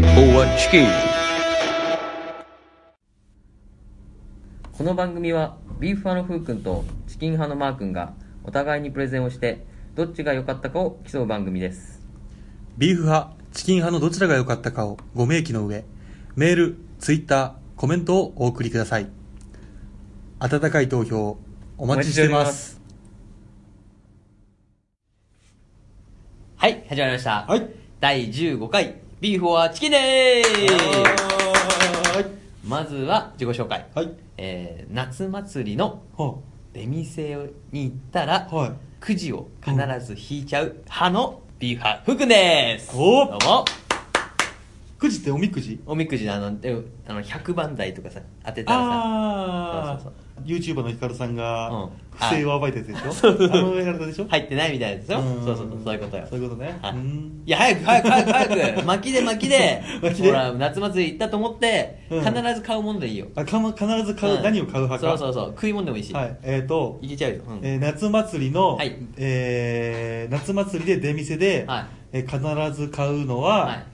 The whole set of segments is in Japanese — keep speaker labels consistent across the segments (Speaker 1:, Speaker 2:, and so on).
Speaker 1: チキン
Speaker 2: この番組はビーフ派のふうくんとチキン派のマーくんがお互いにプレゼンをしてどっちが良かったかを競う番組です
Speaker 3: ビーフ派、チキン派のどちらが良かったかをご明記の上、メール、ツイッター、コメントをお送りください。温かい投票、お待ちしています。
Speaker 4: はい、始まりました。
Speaker 3: はい
Speaker 4: 第15回、ビーフォアチキンでー
Speaker 3: は
Speaker 4: すまずは自己紹介。
Speaker 3: い。
Speaker 4: えー、夏祭りの
Speaker 3: は
Speaker 4: 出店に行ったら、
Speaker 3: はい
Speaker 4: くじを必ず引いちゃう派のビーフ派、ふくんです
Speaker 3: おー
Speaker 4: どうも
Speaker 3: くじっておみくじ
Speaker 4: おみくじのあの、であの100番台とかさ、当てたらさ、
Speaker 3: あ
Speaker 4: そう
Speaker 3: ー、YouTuber のヒカルさん
Speaker 4: うん
Speaker 3: が、不正を暴いたやつでしょ
Speaker 4: う
Speaker 3: あのやられたでしょ
Speaker 4: 入ってないみたいなやつでしょ
Speaker 3: うん
Speaker 4: そうそうそう、そういうことよ。
Speaker 3: そういうことね。
Speaker 4: はいう
Speaker 3: ーん
Speaker 4: いや、早く早く早く早 く巻きで巻きで
Speaker 3: 巻きで
Speaker 4: ほら、夏祭り行ったと思って、
Speaker 3: うん
Speaker 4: 必ず買うものでいいよ。
Speaker 3: あかま必ず買う、
Speaker 4: ん
Speaker 3: 何を買う派か。
Speaker 4: そうそうそう食い物でもいいし、
Speaker 3: はい。えっと、
Speaker 4: いけちゃうよ、うん
Speaker 3: えー夏祭りの、
Speaker 4: はい
Speaker 3: えー夏祭りで出店で、
Speaker 4: はい
Speaker 3: えー必ず買うのは、
Speaker 4: はい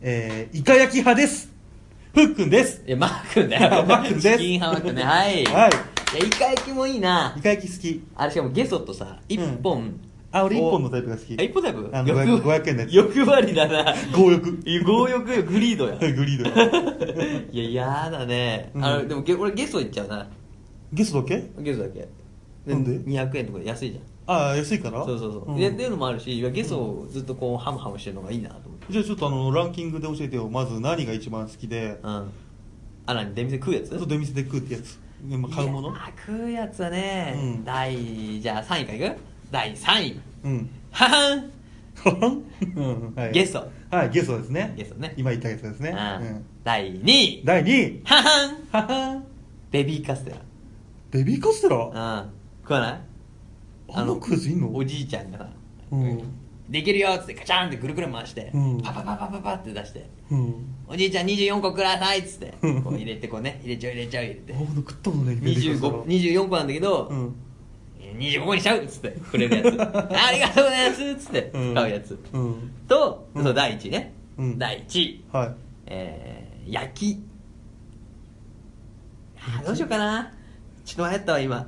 Speaker 3: えーイカ焼き派ですふっくんです
Speaker 4: いやマー 君だよ
Speaker 3: マー君で
Speaker 4: チ
Speaker 3: す
Speaker 4: キンハマ君ねはい、
Speaker 3: はい
Speaker 4: いやイカ焼きもいいな
Speaker 3: イカ焼き好き
Speaker 4: あれしかもゲソとさ一本
Speaker 3: あ俺
Speaker 4: お
Speaker 3: 一本のタイプが好き
Speaker 4: あ一本だよ
Speaker 3: あの
Speaker 4: 欲
Speaker 3: 500円のやつ
Speaker 4: 欲張りだな
Speaker 3: 強欲
Speaker 4: いや 強欲よグリードや
Speaker 3: グリー ド
Speaker 4: いややだね、
Speaker 3: うん
Speaker 4: あのでもゲ俺ゲソいっちゃうな
Speaker 3: ゲストだけ
Speaker 4: ゲソだけ
Speaker 3: なんで
Speaker 4: 200円とかで安いじゃん
Speaker 3: ああ安いから
Speaker 4: そうそうそう、
Speaker 3: ん
Speaker 4: でっていうのもあるしいやゲソをずっとこうハムハムしてるのがいいなと思って
Speaker 3: じゃあちょっとあのランキングで教えてよまず何が一番好きで
Speaker 4: うんあ何出店食うやつ
Speaker 3: そう出店で食うってやつ今買うも
Speaker 4: い
Speaker 3: の
Speaker 4: やー食うやつはね、
Speaker 3: うん
Speaker 4: 第じゃあ3位からいく第3位
Speaker 3: うん
Speaker 4: ははん
Speaker 3: うんはい
Speaker 4: ゲスト
Speaker 3: はいゲストですね
Speaker 4: ゲストね
Speaker 3: 今言ったやつですね
Speaker 4: あー
Speaker 3: うん
Speaker 4: 第2位
Speaker 3: 第2位
Speaker 4: ははん
Speaker 3: ははん
Speaker 4: ベビーカステラ
Speaker 3: ベビーカステラ
Speaker 4: うん食わない
Speaker 3: あんなクイズいんの
Speaker 4: おじいちゃんがさ
Speaker 3: うん
Speaker 4: できるよっつってカチャンってぐるぐる回して、
Speaker 3: うん
Speaker 4: パパパパパパって出して
Speaker 3: うん
Speaker 4: おじいちゃん24個くださいっつ って
Speaker 3: うん
Speaker 4: こう入れてこうね入れちゃう入れちゃう入れ
Speaker 3: あ
Speaker 4: て
Speaker 3: ほんと食ったことないベビーカステラ
Speaker 4: 25 24個なんだけど、
Speaker 3: うん
Speaker 4: 25個にしちゃうっつってくれるや つありがとうございますっつって
Speaker 3: うん
Speaker 4: 買うやつ、
Speaker 3: うん
Speaker 4: と、
Speaker 3: うん
Speaker 4: そう第1位ね、
Speaker 3: うん
Speaker 4: 第1位、
Speaker 3: はい
Speaker 4: えー、焼きあーどうしようかなちょっと迷ったわ今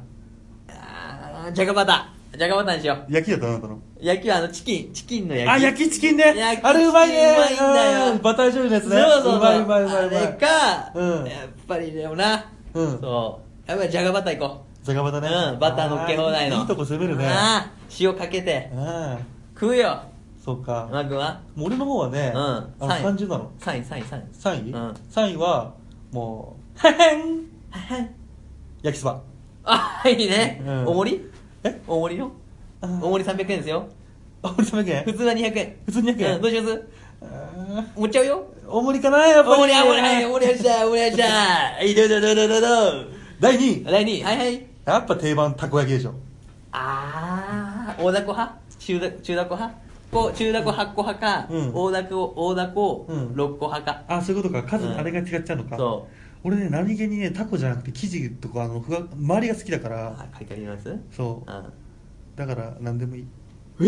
Speaker 4: あーじゃがバターじゃがバターにしよう
Speaker 3: 焼きだったあなたの
Speaker 4: 焼きはあのチキンチキンの焼き
Speaker 3: あ焼きチキンね
Speaker 4: 焼き
Speaker 3: あれうまいね
Speaker 4: チキンうまいんだよ
Speaker 3: うんバター醤油のやつね
Speaker 4: そうそうそう
Speaker 3: まいうまいうまいうまい
Speaker 4: あれか、
Speaker 3: うん
Speaker 4: やっぱりでもな、
Speaker 3: うん
Speaker 4: そうやっぱりじゃがバター行こ
Speaker 3: じゃがバタ
Speaker 4: う、
Speaker 3: ね
Speaker 4: うん、バターのっけ放題の
Speaker 3: あいいとこ攻めるねあ
Speaker 4: あー塩かけて
Speaker 3: あ
Speaker 4: 食うよ
Speaker 3: そうか
Speaker 4: マグは
Speaker 3: もう俺の方はね
Speaker 4: うん
Speaker 3: あの
Speaker 4: 三位
Speaker 3: 30なの
Speaker 4: 3位3位3位
Speaker 3: 3位
Speaker 4: うん
Speaker 3: ?3 位はもうははん焼きそば
Speaker 4: あいいね、
Speaker 3: うん
Speaker 4: おもり
Speaker 3: え
Speaker 4: おもりよ
Speaker 3: あ
Speaker 4: お
Speaker 3: ー
Speaker 4: もり300円ですよ
Speaker 3: あ俺300
Speaker 4: 普
Speaker 3: 円
Speaker 4: 通は200円
Speaker 3: 普通200円
Speaker 4: うん、どうします
Speaker 3: あー
Speaker 4: 持っちゃうよ
Speaker 3: 大盛りかなやっぱり
Speaker 4: おもりあおもりはいおもりはしたおもりはしたいどうどうどうどうどうど
Speaker 3: 第
Speaker 4: う
Speaker 3: 2位
Speaker 4: 第2位はいはい
Speaker 3: やっぱ定番たこ焼きでしょ
Speaker 4: あー大凧派中だ中だこ派こう中だこ8個派か、
Speaker 3: うん
Speaker 4: 大だこ大だこ
Speaker 3: うん
Speaker 4: 6個派か、
Speaker 3: あそういうことか数、
Speaker 4: うん
Speaker 3: あれが違っちゃうのか
Speaker 4: そう
Speaker 3: 俺ね何気にねタコじゃなくて生地とかあのふわ周りが好きだから
Speaker 4: あカリカリのやつ
Speaker 3: そう
Speaker 4: あ
Speaker 3: だから何でもいい
Speaker 4: え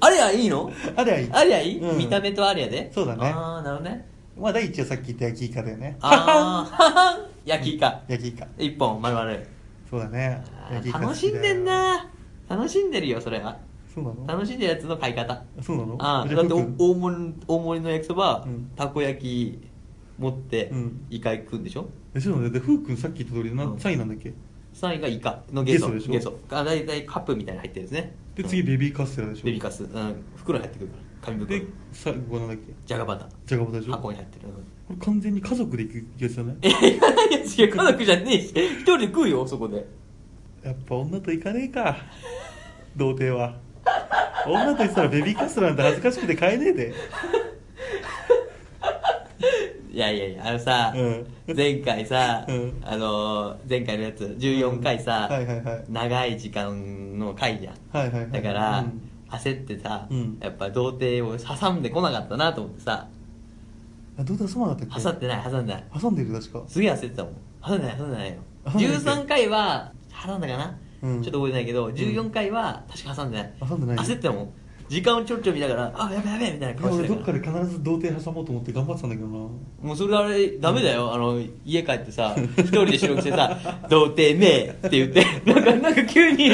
Speaker 4: あれやいいの
Speaker 3: あれはいい
Speaker 4: あれやいい、
Speaker 3: うん
Speaker 4: 見た目とあれやで
Speaker 3: そうだね
Speaker 4: ああなるほどね
Speaker 3: まあ第一はさっき言った焼きイカだよね
Speaker 4: ああははん 焼きイカ
Speaker 3: 焼きイカ
Speaker 4: 一本丸々
Speaker 3: そうだね
Speaker 4: あ
Speaker 3: 焼きイカ
Speaker 4: ー
Speaker 3: 好
Speaker 4: 楽
Speaker 3: き
Speaker 4: し
Speaker 3: だ
Speaker 4: ん
Speaker 3: よ
Speaker 4: でんな楽しんでるよそれは
Speaker 3: そうなの
Speaker 4: 楽しんでるやつの買い方
Speaker 3: そうなの
Speaker 4: ああ
Speaker 3: じゃ
Speaker 4: だって
Speaker 3: ふ
Speaker 4: お
Speaker 3: うく
Speaker 4: 大
Speaker 3: ん
Speaker 4: 盛り大盛りの焼きそば、
Speaker 3: うん
Speaker 4: たこ焼き持って、
Speaker 3: うん
Speaker 4: イカ行くんでしょ
Speaker 3: えそうなんだよでふうくんさっき言った通りな
Speaker 4: うん
Speaker 3: 3位なんだっけ
Speaker 4: 3位がイカのゲソ
Speaker 3: ゲソでしょ
Speaker 4: ゲソあ大体カップみたいに入ってるんですね
Speaker 3: で次
Speaker 4: うん
Speaker 3: ベビーカステラでしょ
Speaker 4: ベビーカス、うん、袋に入ってくるから紙袋
Speaker 3: で最後なんだっけ
Speaker 4: じゃがバター
Speaker 3: じゃがバタでしょ
Speaker 4: 箱
Speaker 3: こ
Speaker 4: に入ってる、うん
Speaker 3: れ完全に家族で行くやつだね
Speaker 4: いやいやいや違う家族じゃねえし一人で食うよそこで
Speaker 3: やっぱ女と行かねえか童貞は女と行ったらベビーカステラなんて恥ずかしくて買えねえで
Speaker 4: いやいやいやあのさ、
Speaker 3: うん
Speaker 4: 前回さ、
Speaker 3: うん
Speaker 4: あのー前回のやつ14回さ、
Speaker 3: はいはいはい
Speaker 4: 長い時間の回じゃん、
Speaker 3: はいはいはい
Speaker 4: だから、
Speaker 3: うん
Speaker 4: 焦ってさ、
Speaker 3: うん
Speaker 4: やっぱ童貞を挟んでこなかったなと思ってさ
Speaker 3: あどうだそうなかったっけ
Speaker 4: 挟ってない挟んでない
Speaker 3: 挟んでる確か
Speaker 4: すげえ焦ってたもん挟んでない挟んでないよ
Speaker 3: 挟んでない
Speaker 4: 13回は挟んだかな、
Speaker 3: うん
Speaker 4: ちょっと覚えてないけど14回は確か挟んでない、
Speaker 3: 挟んでない
Speaker 4: 焦ってたもん時間をちょっちょ見ながらあやべやべみたいな顔し
Speaker 3: 俺
Speaker 4: て
Speaker 3: ど
Speaker 4: る
Speaker 3: っかで必ず童貞挟もうと思って頑張ってたんだけどな
Speaker 4: もうそれあれダメだよ、あの家帰ってさ一人で収録してさ「 童貞め」って言 ってなんかなんか急に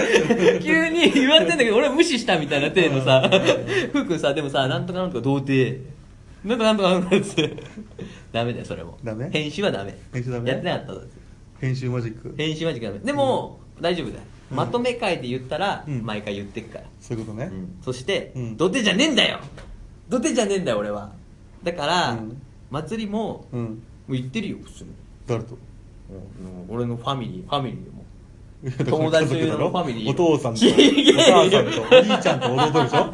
Speaker 4: 急に言われてんだけど俺は無視したみたいな体のさ 福君さでもさなんとかなんとか童貞なんとかなんとかなんとかっつって ダメだよそれも
Speaker 3: ダメ
Speaker 4: 編集はダメ
Speaker 3: 編集ダメ
Speaker 4: やってなかったんだって
Speaker 3: 編集マジック
Speaker 4: 編集マジックダメでも、大丈夫だよ
Speaker 3: うん
Speaker 4: まとめ会で言ったら、
Speaker 3: うん
Speaker 4: 毎回言ってくから
Speaker 3: そういうことね、
Speaker 4: そして、
Speaker 3: うん
Speaker 4: 土手じゃねえんだよ土手じゃねえんだよ俺はだから、
Speaker 3: うん
Speaker 4: 祭りも、
Speaker 3: うん、
Speaker 4: もう行ってるよ普通に
Speaker 3: 誰と
Speaker 4: もう俺のファミリーファミリーでも
Speaker 3: いやだから
Speaker 4: 友達
Speaker 3: 家族だろ
Speaker 4: のファミリー
Speaker 3: お父さんとお
Speaker 4: ちげえよ
Speaker 3: 母さんとお兄ちゃんと弟でしょ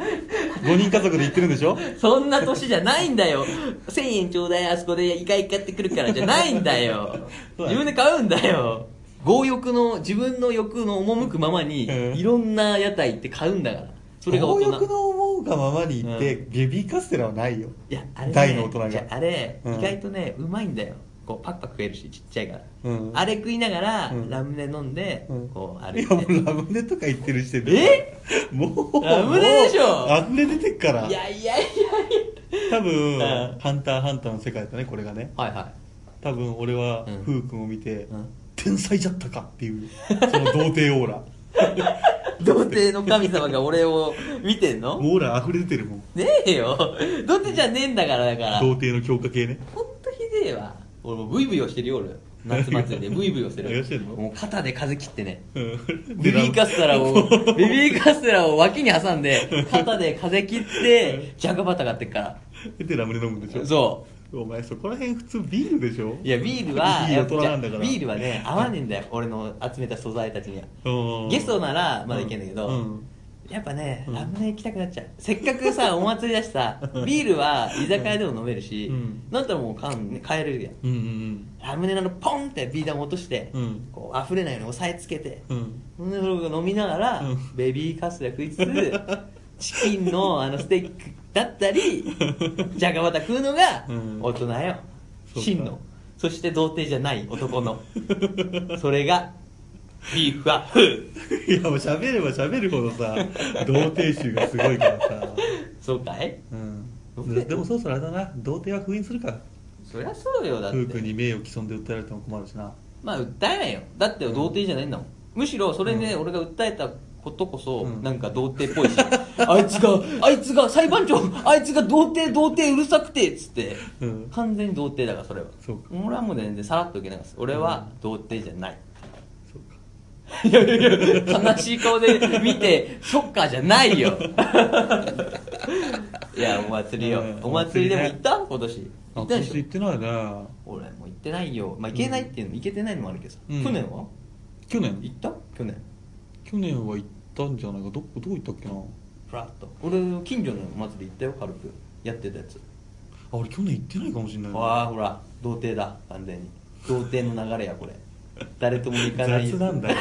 Speaker 3: 5人家族で行ってるんでしょ
Speaker 4: そんな年じゃないんだ よ1000円ちょうだいあそこでイカイカってくるからじゃないんだよ
Speaker 3: そうだ
Speaker 4: 自
Speaker 3: ね
Speaker 4: 分で買うんだよ強欲の自分の欲の赴くままに、
Speaker 3: うん
Speaker 4: いろんな屋台行って買うんだからそれが大
Speaker 3: 強
Speaker 4: 人
Speaker 3: 欲の思うがままに行って、
Speaker 4: う
Speaker 3: ベビーカステラはないよ
Speaker 4: いやあれ、ね、
Speaker 3: 大の大人が
Speaker 4: じゃああれ、
Speaker 3: うん
Speaker 4: 意外とねうまいんだよこうパクパク食えるしちっちゃいから、
Speaker 3: うん
Speaker 4: あれ食いながら、
Speaker 3: うん
Speaker 4: ラムネ飲んで、
Speaker 3: うん
Speaker 4: こう歩
Speaker 3: い
Speaker 4: い
Speaker 3: やも
Speaker 4: て
Speaker 3: うラムネとか言ってる時点
Speaker 4: え
Speaker 3: もう
Speaker 4: ラムネでしょ
Speaker 3: もうあんね出てっから
Speaker 4: いやいやいやいや
Speaker 3: 多分、
Speaker 4: うん
Speaker 3: ハンターハンター」の世界だねこれがね
Speaker 4: はいは
Speaker 3: 多分俺は、
Speaker 4: うん
Speaker 3: フー君を見て、
Speaker 4: うん
Speaker 3: 天才じゃったかっていうその童貞 オーラ
Speaker 4: い 童貞の神様が俺を見てんの
Speaker 3: もうオーラ溢れ出てるもん
Speaker 4: ねえよ童貞じゃねえんだからだから
Speaker 3: 童貞の強化系ね
Speaker 4: ほんとひでえわ俺もうブイブイをしてるよ俺夏祭り でブイブイをして
Speaker 3: 何を
Speaker 4: る
Speaker 3: してんの
Speaker 4: もう肩で風切ってね
Speaker 3: うん
Speaker 4: ベビーカステラを、ベビーカステラを脇に挟んで、肩で風切って、ジャガバタ買ってっか
Speaker 3: でラムネ飲むんでし
Speaker 4: ら。
Speaker 3: ょ
Speaker 4: そう。
Speaker 3: お前そこら辺普通ビールでしょ
Speaker 4: いやビールはい
Speaker 3: い大人なんだから
Speaker 4: ビールはね合わねえんだよ俺の集めた素材たちには
Speaker 3: うん
Speaker 4: ゲストならまだいけんだけど、
Speaker 3: うん
Speaker 4: やっぱね
Speaker 3: うん
Speaker 4: ラムネ行きたくなっちゃう、せっかく さお祭りだしさビールは居酒屋でも飲めるし、
Speaker 3: うん
Speaker 4: なんだったらもう買う買えるやん
Speaker 3: うんうん
Speaker 4: ラムネのあのポンってビー玉落として、
Speaker 3: うん
Speaker 4: こう溢れないように押さえつけて、
Speaker 3: うんうん
Speaker 4: うん、それを飲みながら、
Speaker 3: うん
Speaker 4: ベビーカステラ食いつつ チキンのあのステーキだったりじゃがバタ食うのが
Speaker 3: うん
Speaker 4: 大人よ、
Speaker 3: そうか
Speaker 4: 真のそして童貞じゃない男 のそれがビーフはフー
Speaker 3: いやもう喋れば喋るほどさ童貞臭がすごいからさ
Speaker 4: そうかい
Speaker 3: うんでもそろそろあれだな童貞は封印するか
Speaker 4: そりゃそうよだっ
Speaker 3: 夫婦
Speaker 4: て
Speaker 3: に名誉毀損で訴えられても困るしな
Speaker 4: まあ訴えないよだって童貞じゃないんだもんむしろそれで俺が訴えたことこそ
Speaker 3: うん
Speaker 4: なんか童貞っぽいし、 あいつがあいつが裁判長あいつが童貞童貞うるさくてっつって
Speaker 3: うん
Speaker 4: 完全に童貞だからそれは
Speaker 3: そうか
Speaker 4: 俺はもう全然さらっと受け流す俺は童貞じゃない、
Speaker 3: そう か
Speaker 4: いやいやいや悲しい顔で見て そっかじゃない よいやお祭りよ、
Speaker 3: うん
Speaker 4: お祭りでも行
Speaker 3: お祭りね
Speaker 4: った今年行
Speaker 3: あ
Speaker 4: ったでし
Speaker 3: 私
Speaker 4: ょ
Speaker 3: 行ってないね
Speaker 4: 俺もう行ってないよまあ行けないっていうのも行けてないのもあるけどさ、
Speaker 3: うん
Speaker 4: 去年は
Speaker 3: 去
Speaker 4: 行
Speaker 3: 年
Speaker 4: った去年
Speaker 3: 去年は行ったんじゃないかどこどこ行ったっけな
Speaker 4: フラッと俺近所の祭り行ったよ軽くやってたやつ
Speaker 3: あ俺去年行ってないかもしれない
Speaker 4: わあほら童貞だ完全に童貞の流れやこれ誰とも行かない
Speaker 3: 雑なんだよ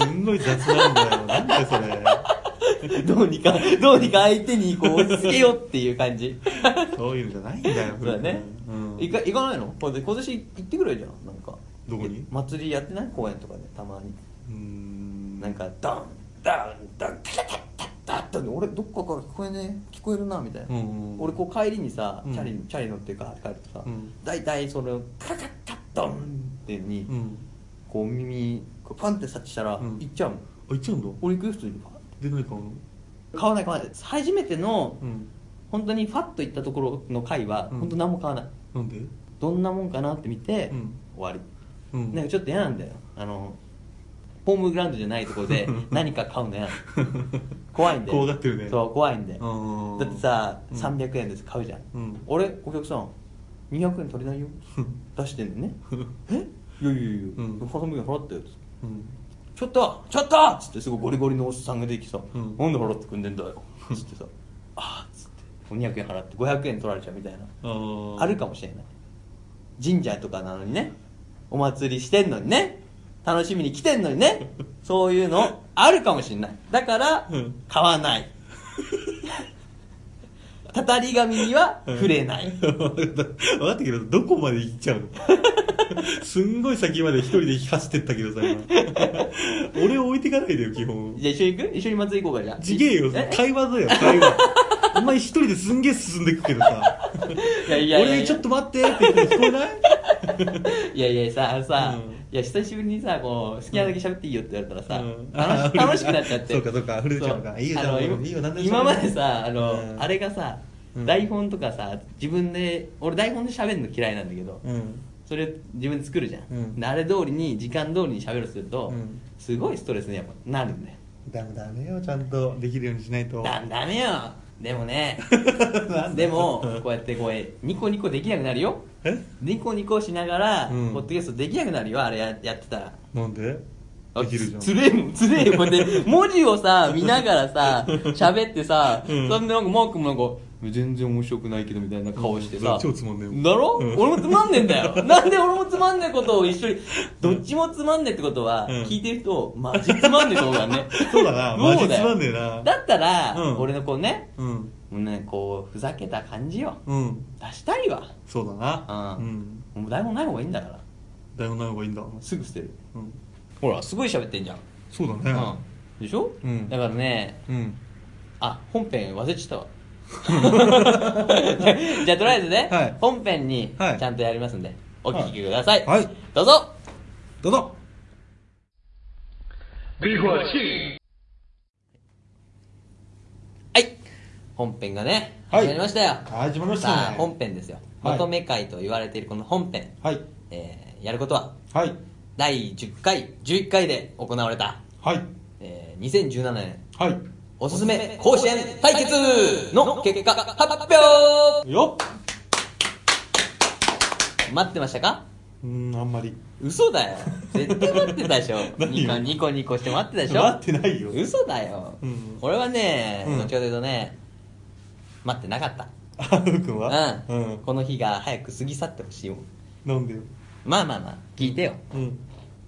Speaker 3: すんごい雑なんだよなんだよそれ
Speaker 4: どうにかどうにか相手にこう押し付けようっていう感じ
Speaker 3: そういうのじゃないんだよ
Speaker 4: そうだね、
Speaker 3: うん、
Speaker 4: 行か行かないの今年今年行ってくれよじゃんなんか
Speaker 3: どこに
Speaker 4: 祭りやってない公園とかでたまに
Speaker 3: うーん
Speaker 4: なんかドンドンドンタタタタタって俺どっかから聞こえねえ聞こえるなみたいな、
Speaker 3: うんうんうん
Speaker 4: 俺こう帰りにさチャリ、
Speaker 3: うん
Speaker 4: チャリ乗ってか帰るとさ、
Speaker 3: うん
Speaker 4: 大体そのカタタドンってに、
Speaker 3: うん
Speaker 4: こう耳こうパンって察知したら、
Speaker 3: うん
Speaker 4: 行っちゃうもん
Speaker 3: あ行っちゃうんだ
Speaker 4: 俺行くよ普通にパンって
Speaker 3: で何買うの
Speaker 4: 買わない買わない初めての、
Speaker 3: うん
Speaker 4: 本当にファッと行ったところの回は、
Speaker 3: うん
Speaker 4: 本当何も買わない
Speaker 3: なんで
Speaker 4: どんなもんかなって見て、
Speaker 3: うん
Speaker 4: 終わ
Speaker 3: う
Speaker 4: り、
Speaker 3: ん
Speaker 4: なんかちょっと嫌なんだよあのホームグラウンドじゃないところ で何か買うの嫌なの怖いんだよ
Speaker 3: 怖がってるね
Speaker 4: そう怖いんだよ
Speaker 3: うん
Speaker 4: だってさ、
Speaker 3: うん
Speaker 4: 300円です買うじゃん、
Speaker 3: うん
Speaker 4: 俺お客さん200円足り ないよ出してんのねえいやいやいや、
Speaker 3: うん
Speaker 4: 300円払ったよ
Speaker 3: うん
Speaker 4: ちょっとちょっとっつってすごいゴリゴリのおっさんが出てきてさ「
Speaker 3: うん
Speaker 4: なんで払ってくんねんだよ」つってさ「ああ」っつって200円払って500円取られちゃうみたいな
Speaker 3: あー
Speaker 4: ある かもしれない神社とかなのにねお祭りしてんのにね楽しみに来てんのにねそういうのあるかもしれないだから
Speaker 3: うん
Speaker 4: 買わないたたり神には触れない。
Speaker 3: 分かったけどどこまで行っちゃうの すんごい先まで一人で走ってったけどさ今俺を置いてかないでよ基本
Speaker 4: じゃあ一緒に行く一緒に祭り行こうか、じゃあ。
Speaker 3: ちげえよ
Speaker 4: え
Speaker 3: 会話だよ会話お前一人ですんげえ進んでくけどさ
Speaker 4: いやいやいやいや
Speaker 3: 俺ちょっと待ってって言っても聞こえない
Speaker 4: いやいやさあのさ、
Speaker 3: うん
Speaker 4: いや久しぶりにさこう好きなだけ喋っていいよって言われたらさ、
Speaker 3: うん
Speaker 4: 楽し
Speaker 3: あ
Speaker 4: 楽しくなっちゃって
Speaker 3: そうかそうか溢れちゃうのか
Speaker 4: そう
Speaker 3: いいよ
Speaker 4: あの
Speaker 3: じゃあもういいよ何でも喋る
Speaker 4: 今までさあの、
Speaker 3: うん
Speaker 4: あれがさ
Speaker 3: うん
Speaker 4: 台本とかさ自分で俺台本で喋るの嫌いなんだけど、
Speaker 3: うん
Speaker 4: それ自分で作るじゃん、
Speaker 3: うん
Speaker 4: であれ通りに時間通りに喋るとすると、
Speaker 3: うん
Speaker 4: すごいストレスにやっぱなるんだよ
Speaker 3: ダメダメよちゃんとできるようにしないと
Speaker 4: だダメよでもね
Speaker 3: なんで
Speaker 4: でもこうやってこうニコニコできなくなるよ
Speaker 3: え
Speaker 4: ニコニコしながら、
Speaker 3: うん
Speaker 4: ポッドキャストできなくなるよあれややってたら
Speaker 3: なんで
Speaker 4: あ
Speaker 3: できるじゃん
Speaker 4: つつれえもんつれえよこうや って文字をさ見ながらさ喋ってさ、
Speaker 3: うん
Speaker 4: そんでなんかマークもなんか全然面白くないけどみたいな顔して
Speaker 3: う
Speaker 4: さ
Speaker 3: ん、超つまんねえもん
Speaker 4: だろ、
Speaker 3: うん
Speaker 4: 俺もつまんねえんだ よなんで俺もつまんねえことを一緒にどっちもつまんねえってことは、
Speaker 3: うん
Speaker 4: 聞いてる人マジつまんねえと思うからね
Speaker 3: そうだな
Speaker 4: そうだよ
Speaker 3: マジつまんねえな
Speaker 4: だったら、
Speaker 3: うん
Speaker 4: 俺のこうね
Speaker 3: うん
Speaker 4: もうねこうふざけた感じを
Speaker 3: うん
Speaker 4: 出したいわ
Speaker 3: そうだな
Speaker 4: うん
Speaker 3: ん
Speaker 4: もう台本ない方がいいんだから
Speaker 3: 台本ない方がいいんだ
Speaker 4: すぐ捨てる
Speaker 3: うん
Speaker 4: ほらすごい喋ってんじゃん、
Speaker 3: そうだね
Speaker 4: うん、でしょ、
Speaker 3: うん
Speaker 4: だからね
Speaker 3: うん
Speaker 4: あ本編忘れちゃった わじゃあとりあえずね、
Speaker 3: はい
Speaker 4: 本編に
Speaker 3: はい
Speaker 4: ちゃんとやりますんで、お聞きください、
Speaker 3: はい
Speaker 4: どうぞ
Speaker 3: どうぞ
Speaker 4: はい本編がね
Speaker 3: はい
Speaker 4: 始まりましたよ、
Speaker 3: 始まりましたね
Speaker 4: さあ本編ですよ
Speaker 3: はい
Speaker 4: まとめ会と言われているこの本編、
Speaker 3: はい
Speaker 4: えーやることは
Speaker 3: はい
Speaker 4: 第10回11回で行われた、
Speaker 3: はい
Speaker 4: えー2017年
Speaker 3: はい
Speaker 4: おすすめ甲子園対決の結果発表
Speaker 3: よ
Speaker 4: 待ってましたか
Speaker 3: っうんあんまり
Speaker 4: 嘘だよ絶対待ってたでしょ
Speaker 3: 何
Speaker 4: ニ
Speaker 3: よ
Speaker 4: コニコニコして待ってたでしょ
Speaker 3: 待ってないよ
Speaker 4: 嘘だよ、
Speaker 3: うん
Speaker 4: 俺はね、
Speaker 3: うん
Speaker 4: どっちかというとね待ってなかった
Speaker 3: あふうくんは
Speaker 4: うん、
Speaker 3: うん
Speaker 4: この日が早く過ぎ去ってほしいもん
Speaker 3: なんでよ
Speaker 4: まあまあまあ聞いてよ
Speaker 3: うん
Speaker 4: と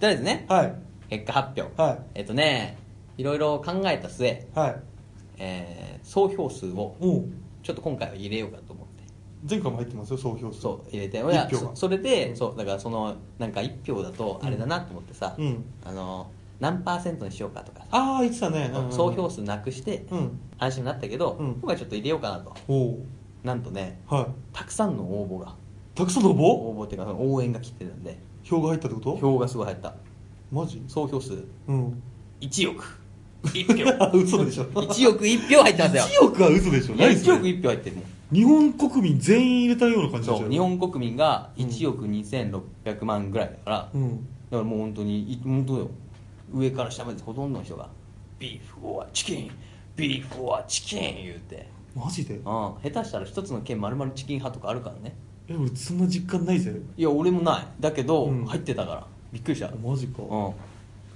Speaker 4: りあえずね
Speaker 3: はい
Speaker 4: 結果発表、
Speaker 3: はい
Speaker 4: えっとねいろいろ考えた末、
Speaker 3: はい
Speaker 4: えー総票数を
Speaker 3: おう
Speaker 4: ちょっと今回は入れようかと思って
Speaker 3: 前回も入ってますよ総票数
Speaker 4: そう入れて
Speaker 3: 一
Speaker 4: 俺は
Speaker 3: 票が
Speaker 4: そそれでそうだからそのなんか1票だとあれだなと思ってさ、
Speaker 3: うん
Speaker 4: あの何パーセントにしようかとかさ
Speaker 3: ああ言ってたねうん
Speaker 4: 総票数なくして
Speaker 3: うん
Speaker 4: 話になったけど、
Speaker 3: うん
Speaker 4: 今回ちょっと入れようかなと
Speaker 3: おう
Speaker 4: なんとね
Speaker 3: は
Speaker 4: たくさんの応募が
Speaker 3: いたくさんの応募
Speaker 4: 応募っていうかその応援が来てるんで
Speaker 3: 票が入ったってこと
Speaker 4: 票がすごい入った
Speaker 3: マジ
Speaker 4: 総票数
Speaker 3: うん
Speaker 4: 1億1票
Speaker 3: あ嘘でしょ
Speaker 4: 1億1票入ってますよ
Speaker 3: 1億は嘘でしょ
Speaker 4: いや
Speaker 3: 何それ
Speaker 4: 1億1票入ってるもん
Speaker 3: 日本国民全員入れたような感じだった
Speaker 4: そう
Speaker 3: よ
Speaker 4: 日本国民が1億2600万ぐらいだから、
Speaker 3: う
Speaker 4: だ
Speaker 3: ん
Speaker 4: からもう本当にい本当よ上から下までほとんどの人が「ビーフ・オア・チキンビーフ・オア・チキン」言うて、
Speaker 3: マジで
Speaker 4: うん、下手したら一つの県丸々チキン派とかあるからね
Speaker 3: え俺そんな実感ないぜ
Speaker 4: いや俺もないだけど、
Speaker 3: うん
Speaker 4: 入ってたからびっくりした、うん、
Speaker 3: マジか
Speaker 4: こ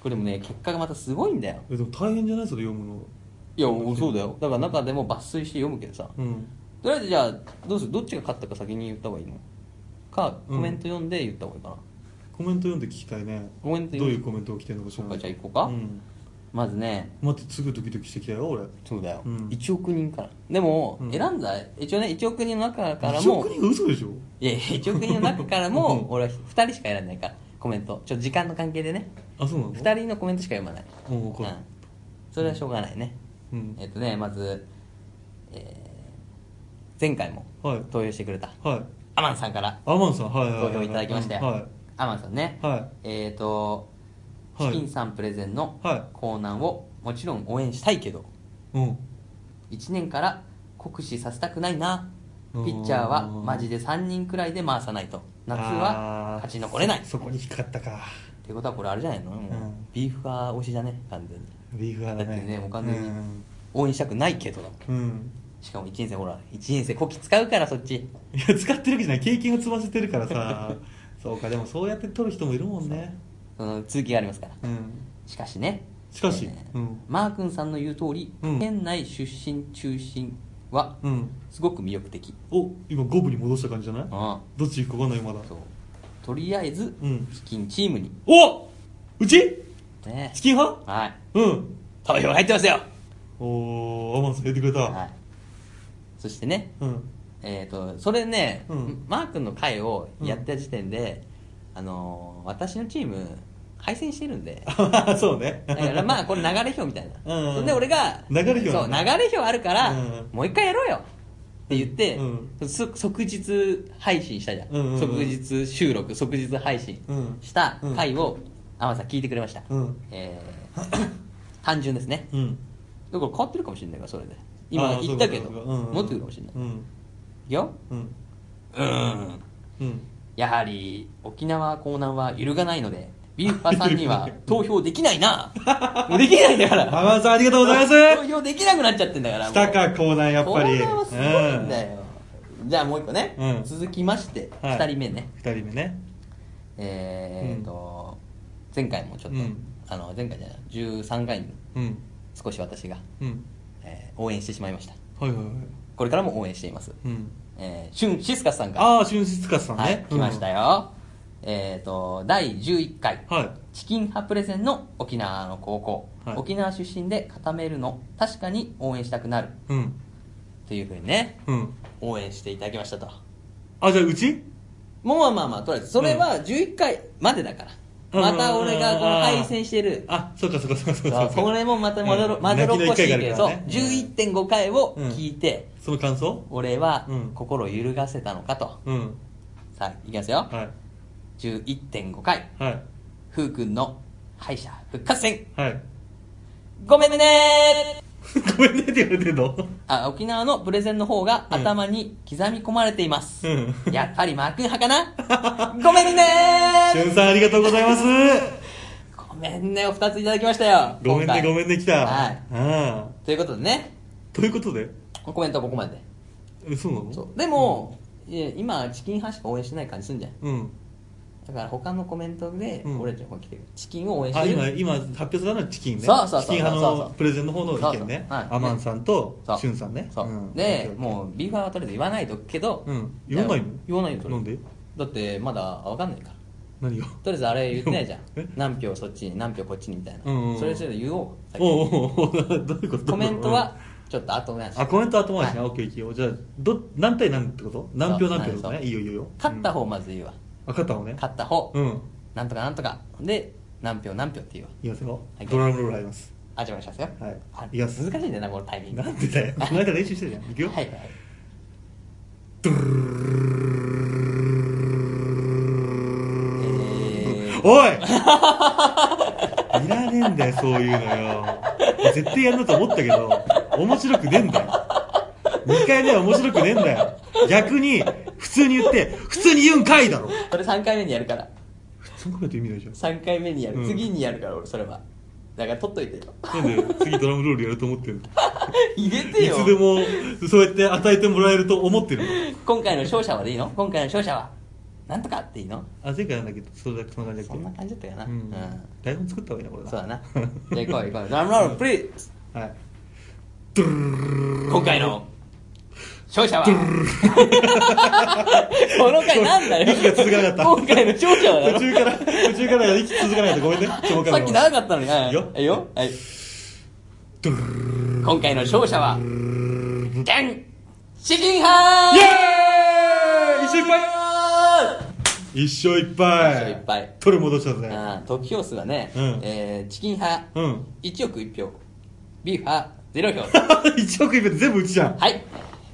Speaker 4: れもね結果がまたすごいんだよ
Speaker 3: えでも大変じゃないそれ読むの
Speaker 4: いやそうだよだから中でも抜粋して読むけどさ
Speaker 3: うん
Speaker 4: とりあえずじゃあどうするどっちが勝ったか先に言った方がいいのかコメント読んで言った方がいいかな、
Speaker 3: コメント読んで聞きたいね
Speaker 4: コメント読
Speaker 3: どう
Speaker 4: む
Speaker 3: いうコメントが来てるのか知らない
Speaker 4: じゃあ行こうか
Speaker 3: うん
Speaker 4: まずね
Speaker 3: 待ってすぐドキドキしてきたよ俺
Speaker 4: そうだよ、
Speaker 3: うん
Speaker 4: 1億人からでも、
Speaker 3: うん
Speaker 4: 選んだ一応ね1億人の中から
Speaker 3: 1
Speaker 4: も
Speaker 3: 億人が嘘でしょ
Speaker 4: いやいや1億人の中からも、
Speaker 3: うん
Speaker 4: 俺は2人しか選んないからコメントちょっと時間の関係でね
Speaker 3: あそうなの
Speaker 4: 2人のコメントしか読まない
Speaker 3: うん分か
Speaker 4: うんそれはしょうがないね、
Speaker 3: るうん
Speaker 4: えっとねまず、えー前回も
Speaker 3: はい
Speaker 4: 投票してくれた、
Speaker 3: はい
Speaker 4: アマンさんから
Speaker 3: アマンさんはいはい
Speaker 4: 投
Speaker 3: は
Speaker 4: 票いただきましたよ、
Speaker 3: うんはい
Speaker 4: アマンさんね、
Speaker 3: は
Speaker 4: えっ、と
Speaker 3: はい
Speaker 4: チキンさんプレゼンの
Speaker 3: は
Speaker 4: コーナーをもちろん応援したいけど
Speaker 3: うん
Speaker 4: 1年から酷使させたくないな
Speaker 3: う
Speaker 4: ピ
Speaker 3: ん
Speaker 4: ッチャーはマジで3人くらいで回さないと夏は
Speaker 3: あー
Speaker 4: 勝ち残れないっ
Speaker 3: そこに引っかかったか
Speaker 4: てことはこれあれじゃないのもう、
Speaker 3: うん
Speaker 4: ビーフは推しだね完全に
Speaker 3: ビーフ派だ
Speaker 4: だっ
Speaker 3: ね
Speaker 4: てねもう完全に応援したくないけどだもん
Speaker 3: うんうん
Speaker 4: しかも1年生ほら1年生こき使うからそっち
Speaker 3: いや使ってるわけじゃない経験を積ませてるか らさそうかでもそうやって取る人もいるもんね
Speaker 4: その続きがありますから
Speaker 3: うん
Speaker 4: しかしね
Speaker 3: しかし
Speaker 4: えー
Speaker 3: うん
Speaker 4: マー君さんの言う通り、
Speaker 3: うん
Speaker 4: 県内出身中心は
Speaker 3: うん
Speaker 4: すごく魅力的、
Speaker 3: お今五分に戻した感じじゃない
Speaker 4: あ
Speaker 3: どっち行くか分かんないよまだ
Speaker 4: そうとりあえず、
Speaker 3: うん
Speaker 4: チキンチームに
Speaker 3: おうち
Speaker 4: ね
Speaker 3: チキン派
Speaker 4: はい
Speaker 3: うん
Speaker 4: 投票入ってますよ
Speaker 3: おーアマンさん入れてくれた、
Speaker 4: はいそしてね、
Speaker 3: うん
Speaker 4: えー、とそれね、
Speaker 3: うん
Speaker 4: マー君の回をやった時点で、あのー私のチーム敗戦してるんで
Speaker 3: そうね
Speaker 4: だからまあこれ流れ表みたいな、
Speaker 3: うんうん
Speaker 4: そんで俺が
Speaker 3: 流れ表
Speaker 4: そう流れ表あるから、
Speaker 3: うん
Speaker 4: もう一回やろうよって言って、
Speaker 3: うん
Speaker 4: そ即日配信したじゃん,、
Speaker 3: うんうんうん
Speaker 4: 即日収録即日配信
Speaker 3: うん
Speaker 4: した回を、天野さん聞いてくれました、
Speaker 3: うん
Speaker 4: えー単純ですね
Speaker 3: うん
Speaker 4: だから変わってるかもしれないからそれで
Speaker 3: あ
Speaker 4: 今
Speaker 3: ー
Speaker 4: 言ったけど、
Speaker 3: そうかそうかうんうん
Speaker 4: 持ってくるかもしれない、
Speaker 3: う
Speaker 4: い
Speaker 3: ん
Speaker 4: くよ
Speaker 3: うん
Speaker 4: うん
Speaker 3: うん
Speaker 4: やはり沖縄港南は揺るがないのでビーフパさんには投票できないなもうできないんだ から
Speaker 3: 浜田さんありがとうござい
Speaker 4: 投
Speaker 3: ま
Speaker 4: 票できなくなっちゃってんだから
Speaker 3: す来たか
Speaker 4: もう
Speaker 3: コーナーやっぱり
Speaker 4: コーナーはすごいんだよ、じゃあもう一個ね、
Speaker 3: うん
Speaker 4: 続きまして、
Speaker 3: はい
Speaker 4: 2人目ね
Speaker 3: 2人目ね
Speaker 4: えー、と、前回もちょっと、
Speaker 3: うん
Speaker 4: あの前回じゃない13回に
Speaker 3: うん
Speaker 4: 少し私が、
Speaker 3: うん
Speaker 4: えー応援してしまいました
Speaker 3: はいはいはい
Speaker 4: これからも応援しています、
Speaker 3: うん
Speaker 4: えー、シュン・シスカスさんが
Speaker 3: ああ春節かさんね、
Speaker 4: はい、来ました
Speaker 3: よ、
Speaker 4: よ。えっ、と、第11回、
Speaker 3: はい
Speaker 4: チキン派プレゼンの沖縄の高校、
Speaker 3: はい
Speaker 4: 沖縄出身で固めるの、確かに応援したくなる、
Speaker 3: うん
Speaker 4: というふうにね、
Speaker 3: うん
Speaker 4: 応援していただきましたと。
Speaker 3: あじゃあうち
Speaker 4: もうまあまあまあ、とりあえず、それは11回までだから。
Speaker 3: うん
Speaker 4: また俺がこの敗戦してる。
Speaker 3: あそうかそうかそうかそ
Speaker 4: そ
Speaker 3: うか
Speaker 4: うこれもまたまどろ
Speaker 3: うん
Speaker 4: まどろっこしいけ
Speaker 3: 泣
Speaker 4: ど、
Speaker 3: きの一回が
Speaker 4: そう
Speaker 3: あるからね
Speaker 4: 11.5回を聞いて、
Speaker 3: その感想
Speaker 4: 俺は
Speaker 3: うん
Speaker 4: 心を揺るがせたのかと。
Speaker 3: うん
Speaker 4: さあ、いきますよ。
Speaker 3: は
Speaker 4: 11.5回。
Speaker 3: いはい
Speaker 4: ふうくんの敗者復活戦
Speaker 3: はい
Speaker 4: ごめんね
Speaker 3: ごめんねって言われてんの
Speaker 4: ーあ沖縄のプレゼンの方が
Speaker 3: うん
Speaker 4: 頭に刻み込まれています、
Speaker 3: うん
Speaker 4: やっぱりマー君派かなごめん ね
Speaker 3: 俊さんありがとうござい ます
Speaker 4: ーごめんねお二ついただきましたよ
Speaker 3: ごめんねごめ
Speaker 4: ん
Speaker 3: んね来た
Speaker 4: はい
Speaker 3: ああ
Speaker 4: ということでね
Speaker 3: ということで
Speaker 4: コメントはここまで
Speaker 3: えそうなの
Speaker 4: そうでも、いや今チキン派しか応援してない感じすんじゃん
Speaker 3: うん
Speaker 4: だから他のコメントで
Speaker 3: うん
Speaker 4: 俺たちの方に来てる、チキンを応援し
Speaker 3: あ
Speaker 4: てる
Speaker 3: 今今発表されたのはチキンね
Speaker 4: そうそうそう
Speaker 3: チキン派
Speaker 4: そうそ
Speaker 3: の
Speaker 4: う
Speaker 3: プレゼンの方の意見ね
Speaker 4: そうそうはい
Speaker 3: アマンさんと
Speaker 4: そう
Speaker 3: シュンさんね
Speaker 4: そう、
Speaker 3: ん
Speaker 4: で
Speaker 3: オッケーオッケー
Speaker 4: もうビーファーはとりあえず言わないとくけど、
Speaker 3: うん言わないの
Speaker 4: 言わないよそれ
Speaker 3: なんで
Speaker 4: だってまだわかんないから
Speaker 3: 何が
Speaker 4: とりあえずあれ言ってないじゃん
Speaker 3: え
Speaker 4: 何票そっちに何票こっちにみたいな、
Speaker 3: うんうんうん
Speaker 4: それぞれ言おう先に
Speaker 3: おうおうおうどういうこと
Speaker 4: コメントはちょっと後回し
Speaker 3: あコメント後回しね
Speaker 4: は
Speaker 3: オッケーオッケーじゃあど何対何ってこと何票何票ってこと
Speaker 4: そう
Speaker 3: ねいいよいいよいいよ
Speaker 4: 勝った
Speaker 3: うん
Speaker 4: 方まず言うわ
Speaker 3: あ勝った方ね
Speaker 4: 勝った方、
Speaker 3: うん
Speaker 4: なんとかなんとかで何票何票って言うわ
Speaker 3: いきますよ
Speaker 4: はい
Speaker 3: ドラムロール入ります
Speaker 4: あじゃあお願いしますよ
Speaker 3: はい
Speaker 4: あ
Speaker 3: いきます
Speaker 4: 難しいんだよなこのタイミング
Speaker 3: なんでだよこの間練習してたじゃんいくよ
Speaker 4: はいはいえー
Speaker 3: おいいらねえんだよそういうのよ絶対やんなと思ったけど面白くねえんだよ2回目は面白くねえんだよ逆に普通に言って普通に言うんかいだろ
Speaker 4: これ3回目にやるから
Speaker 3: 普通の声って意味ないじゃん
Speaker 4: 3回目にやる、
Speaker 3: うん
Speaker 4: 次にやるから俺それはだから取っといてよ
Speaker 3: なんで次ドラムロールやると思ってるの
Speaker 4: 入れて
Speaker 3: い
Speaker 4: よ
Speaker 3: つでもそうやって与えてもらえると思ってるの
Speaker 4: 今回の勝者はでいいの今回の勝者はなんとかっていいの
Speaker 3: あ前回なんだけどそれだけそんな感じだ
Speaker 4: そん
Speaker 3: っけ
Speaker 4: な感じだったかな、
Speaker 3: う
Speaker 4: うんん
Speaker 3: 台本作った方がいいなこれな
Speaker 4: そうだなじゃあ行こう行こうドラムロールプリーズ
Speaker 3: はい
Speaker 4: 今回の勝者はこの回なんだよ
Speaker 3: 息が続かなかった
Speaker 4: 今回の勝者は
Speaker 3: 途
Speaker 4: だろ
Speaker 3: 中から途中から息続かないとごめんねちょわか
Speaker 4: さ
Speaker 3: んない
Speaker 4: っき長かったのにはい
Speaker 3: いよ
Speaker 4: いいよはい今回の勝者はじゃんチキンハ
Speaker 3: イ
Speaker 4: ー
Speaker 3: エーイ一生い
Speaker 4: ぱ
Speaker 3: っぱい一生いっぱい
Speaker 4: 一生いっぱい
Speaker 3: 取る戻したぜ
Speaker 4: あー得票数はね、
Speaker 3: うん
Speaker 4: えーチキン派、
Speaker 3: うん
Speaker 4: 1億1票ビーフ派0票
Speaker 3: 一億いっぱい全部うちじゃん
Speaker 4: はい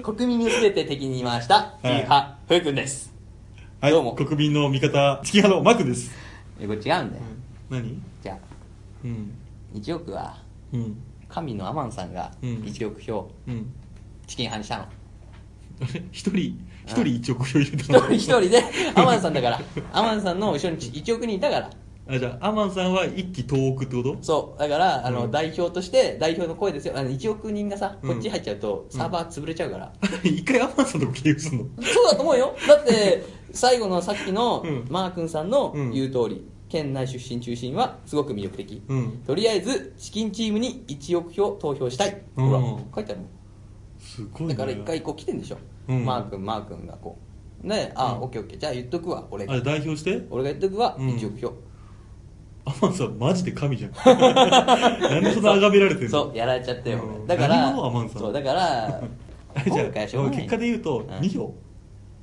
Speaker 4: 国民に全て敵にいました
Speaker 3: い
Speaker 4: ビーフ派ふうくんです
Speaker 3: はい
Speaker 4: どうも
Speaker 3: 国民の味方チキン派のマクです
Speaker 4: えこれ違うんだよ、
Speaker 3: 何
Speaker 4: じゃ
Speaker 3: うん
Speaker 4: あ1億は
Speaker 3: うん
Speaker 4: 神のアマンさんが
Speaker 3: うん
Speaker 4: 1億票、
Speaker 3: うん
Speaker 4: チキン派にしたの
Speaker 3: あれ一人一人一億票入れ
Speaker 4: 一
Speaker 3: たの
Speaker 4: 人一人でアマンさんだからアマンさんの後ろに1億人いたから
Speaker 3: あじゃあアマンさんは一期東億ってこと
Speaker 4: そうだからあの、
Speaker 3: うん
Speaker 4: 代表として代表の声ですよあの1億人がさ
Speaker 3: うん
Speaker 4: こっち入っちゃうとサーバー潰れちゃうから、
Speaker 3: 一回アマンさんとこ経由すんの
Speaker 4: そうだと思うよだって最後のさっきの
Speaker 3: うん
Speaker 4: マー君さんの
Speaker 3: うん
Speaker 4: 言う通り、県内出身中心はすごく魅力的、
Speaker 3: うん
Speaker 4: とりあえずチキンチームに1億票投票したい、
Speaker 3: うん
Speaker 4: ほら書いてあるもん
Speaker 3: すご
Speaker 4: だ
Speaker 3: いね
Speaker 4: から一回こう来てんでしょ、
Speaker 3: うん
Speaker 4: マー君マー君がこうねあ、オッケーオッケーじゃあ言っとくわ俺
Speaker 3: あれ代表して
Speaker 4: 俺が言っとくわ、
Speaker 3: うん
Speaker 4: 1億票
Speaker 3: アマンさんマジで神じゃん なんでそんな崇められてる の
Speaker 4: そうやられちゃったよ、
Speaker 3: うん
Speaker 4: だから
Speaker 3: 何をアマンさん
Speaker 4: そうだから
Speaker 3: じゃ
Speaker 4: 今回はしょうが
Speaker 3: あ
Speaker 4: ない
Speaker 3: 結果で言うと2票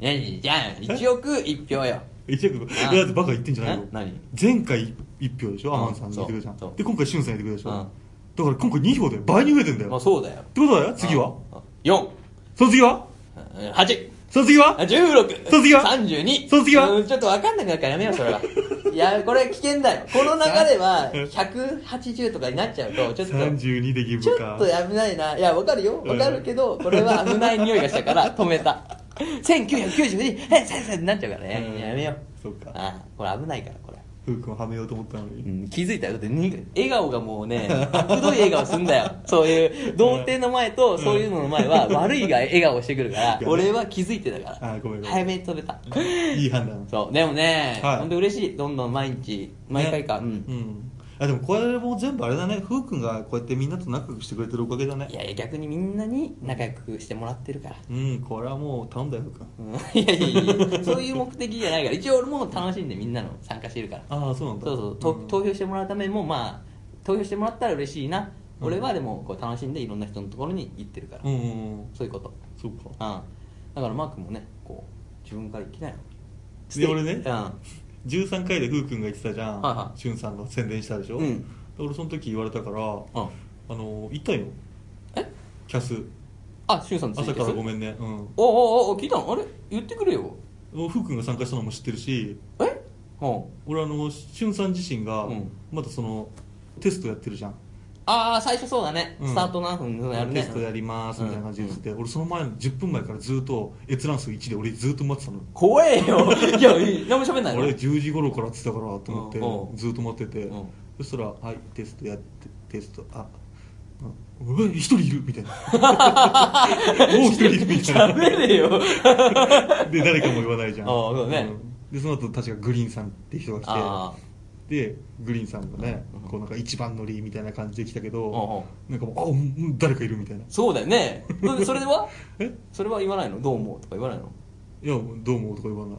Speaker 4: いやいやじゃん1億1票よ
Speaker 3: 1億
Speaker 4: あ
Speaker 3: いやだってバカ言ってんじゃないよ
Speaker 4: え何
Speaker 3: 前回1票でしょ
Speaker 4: うん
Speaker 3: アマンさんに入れてくれたじゃ
Speaker 4: そうん
Speaker 3: で今回しゅんさん入れてくれたでし
Speaker 4: う
Speaker 3: ょだから今回2票で倍に増えてんだよ
Speaker 4: まあ
Speaker 3: って
Speaker 4: そうだよ
Speaker 3: ことだよ次はその次は
Speaker 4: 48
Speaker 3: その次は
Speaker 4: 16
Speaker 3: 卒業
Speaker 4: 32
Speaker 3: 卒業
Speaker 4: うんちょっと分かんなくなるからやめようそれ はいやこれ危険だよこの流れは180とかになっちゃうとちょっと
Speaker 3: 32でギ
Speaker 4: ちょ
Speaker 3: ブ
Speaker 4: っ
Speaker 3: か
Speaker 4: と危ないないや分かるよ分かるけどこれは危ない匂いがした から止めた1992え先生ってなっちゃうから
Speaker 3: う
Speaker 4: ね
Speaker 3: ん
Speaker 4: やめよう
Speaker 3: そうか
Speaker 4: あこれ危ないからこれ
Speaker 3: ふうくんはめようと思ったの
Speaker 4: う
Speaker 3: に
Speaker 4: ん気づいたよだってに笑顔がもうねくどい笑顔すんだ よそういう童貞の前とそういうのの前は悪いが笑顔をしてくるから
Speaker 3: うん
Speaker 4: 俺は気づいてたから
Speaker 3: あごめんごめん
Speaker 4: 早めに止めた
Speaker 3: いい判断
Speaker 4: そうでもね、
Speaker 3: はい
Speaker 4: ほんと嬉しいどんどん毎日毎回か、
Speaker 3: ね
Speaker 4: うん
Speaker 3: うんあでもこれも全部あれだねふうくんがこうやってみんなと仲良くしてくれてるおかげだね
Speaker 4: いやいや逆にみんなに仲良くしてもらってるから
Speaker 3: うんこれはもう頼んだよふうくん
Speaker 4: うんいやいやいやいやそういう目的じゃないから一応俺も楽しんでみんなの参加してるから
Speaker 3: ああそうなんだ
Speaker 4: そうそうと、
Speaker 3: ん
Speaker 4: 投票してもらうためにもまあ投票してもらったら嬉しいな、
Speaker 3: うん
Speaker 4: 俺はでもこう楽しんでいろんな人のところに行ってるから、
Speaker 3: うんうんうん
Speaker 4: そういうこと
Speaker 3: そうか
Speaker 4: うんだからマー君もねこう自分から行きなよ
Speaker 3: で俺ね
Speaker 4: う
Speaker 3: 13回でふうくんが言ってたじゃん、
Speaker 4: はいはい
Speaker 3: しゅんさんの宣伝したでしょ、
Speaker 4: うん
Speaker 3: で俺その時言われたか
Speaker 4: ん、
Speaker 3: ら、
Speaker 4: うん、
Speaker 3: あの行ったよ
Speaker 4: え
Speaker 3: キャス
Speaker 4: あしゅんさんついて
Speaker 3: 朝
Speaker 4: る
Speaker 3: からごめんねうん
Speaker 4: おおおお聞いたのあれ言ってくれよ
Speaker 3: もうふうくんが参加したのも知ってるし
Speaker 4: えうん
Speaker 3: 俺あのしゅんさん自身が
Speaker 4: うん
Speaker 3: まだそのテストやってるじゃん、
Speaker 4: ああ最初そうだね、
Speaker 3: うん
Speaker 4: スタート何分やるね
Speaker 3: テストやりますみたいな感じで言ってて、俺その前の10分前からずっと閲覧数1で俺ずっと待ってたの
Speaker 4: 怖えよい や何も喋んないの
Speaker 3: 俺10時頃からって言ってたからと思って、
Speaker 4: うんうん
Speaker 3: ずっと待ってて、
Speaker 4: うん
Speaker 3: そしたら「はいテストやってテストあうんえ一人いる」みた いな「もう一人いる」みたい
Speaker 4: 喋
Speaker 3: な
Speaker 4: れ よ
Speaker 3: で誰かも言わないじゃん
Speaker 4: あーそうね
Speaker 3: んでその後確かグリーンさんって人が
Speaker 4: あ
Speaker 3: 来てでグリーンさんがね、
Speaker 4: うん
Speaker 3: こうなんか一番乗りみたいな感じで来たけ
Speaker 4: あ
Speaker 3: ど、なんかもう「あうん誰かいる」みたいな
Speaker 4: そうだよねそれそれでは
Speaker 3: 「え
Speaker 4: それは言わないのどう思うとか言わないの
Speaker 3: いやどうも」とか言わない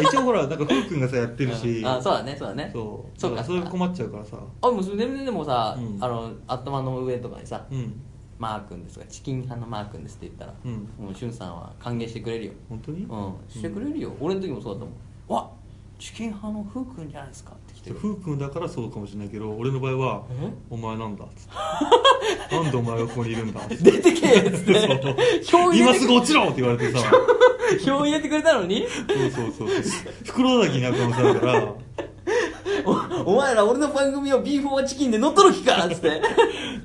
Speaker 3: いや一応ほらなんかふうくんがさやってるし
Speaker 4: ああそうだねそうだね
Speaker 3: そう
Speaker 4: そう
Speaker 3: だ
Speaker 4: から
Speaker 3: それ困っちゃうからさ
Speaker 4: あもうそれ全然でもさ、
Speaker 3: うん
Speaker 4: あの頭の上とかにさ
Speaker 3: うん
Speaker 4: 「マー君です」とか「チキン派のマー君です」って言ったら、
Speaker 3: うん
Speaker 4: もうしゅんさんは歓迎してくれるよ
Speaker 3: 本当に、
Speaker 4: うんしてくれるよ、俺の時もそうだったもん「わチキン派のふうくんじゃないですか」って来てる
Speaker 3: ふうくんだからそうかもしれないけど俺の場合は
Speaker 4: え
Speaker 3: 「お前なんだ」っつって「なんでお前がここにいるん だ」っつって
Speaker 4: 出てけえっつっ
Speaker 3: そう
Speaker 4: て票入
Speaker 3: 今
Speaker 4: れ
Speaker 3: す
Speaker 4: て
Speaker 3: ぐ落ちろって言われてさ
Speaker 4: 票入れてくれたのに
Speaker 3: そうそうそう袋叩きになる可能性あるから
Speaker 4: おお前ら俺の番組をビーフォーチキンで乗っ取る気かっつっ て
Speaker 3: だか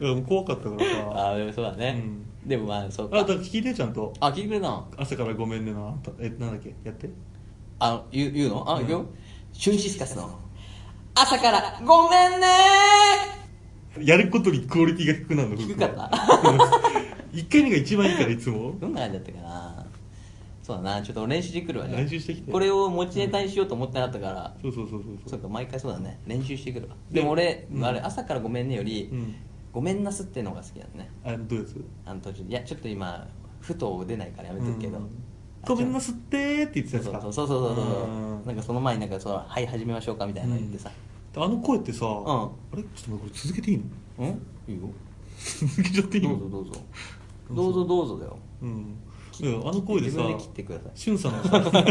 Speaker 3: らもう怖かったからさ
Speaker 4: あでもそうだね、でもまあそう
Speaker 3: あだ
Speaker 4: か
Speaker 3: から聞いてちゃんと
Speaker 4: あ聞いてくれたの
Speaker 3: 「朝からごめんねな」あんたえなんだっけやって
Speaker 4: あ言う言うのあ、
Speaker 3: うん
Speaker 4: 行くよシュンシスカスの朝からごめんね
Speaker 3: やることにクオリティが低くなるの
Speaker 4: 低かった
Speaker 3: 1回目が一番いいからいつも
Speaker 4: ーどんな感じだったかなそうだなちょっと俺練習してくるわじゃあ
Speaker 3: 練習してきて
Speaker 4: これを持ちネタにしようと思ってなかったから、
Speaker 3: そうそうそうそうそ
Speaker 4: そう
Speaker 3: う
Speaker 4: か毎回そうだね練習してくるわでも俺、
Speaker 3: うん
Speaker 4: あれ朝からごめんねより、
Speaker 3: うん
Speaker 4: ごめんなすってのが好きなのね
Speaker 3: あどういうやつ
Speaker 4: あの途中いやちょっと今ふと出ないからやめとくけど、
Speaker 3: うんごめんなすってーって言ってた
Speaker 4: そ
Speaker 3: や
Speaker 4: う
Speaker 3: つ
Speaker 4: そうそ
Speaker 3: か
Speaker 4: うそうそうそう
Speaker 3: うん
Speaker 4: なんかその前になんかそう「はい始めましょうか」みたいなの言ってさ
Speaker 3: あの声ってさ、
Speaker 4: ん
Speaker 3: あれちょっと待ってこれ続けていいの
Speaker 4: 「うん、いいよ
Speaker 3: 続けちゃっていい
Speaker 4: ど
Speaker 3: の
Speaker 4: うぞどうぞどう ぞどうぞだよ
Speaker 3: うんいやあの声で
Speaker 4: 自
Speaker 3: さ
Speaker 4: 分で切ってください
Speaker 3: しゅんさんのさ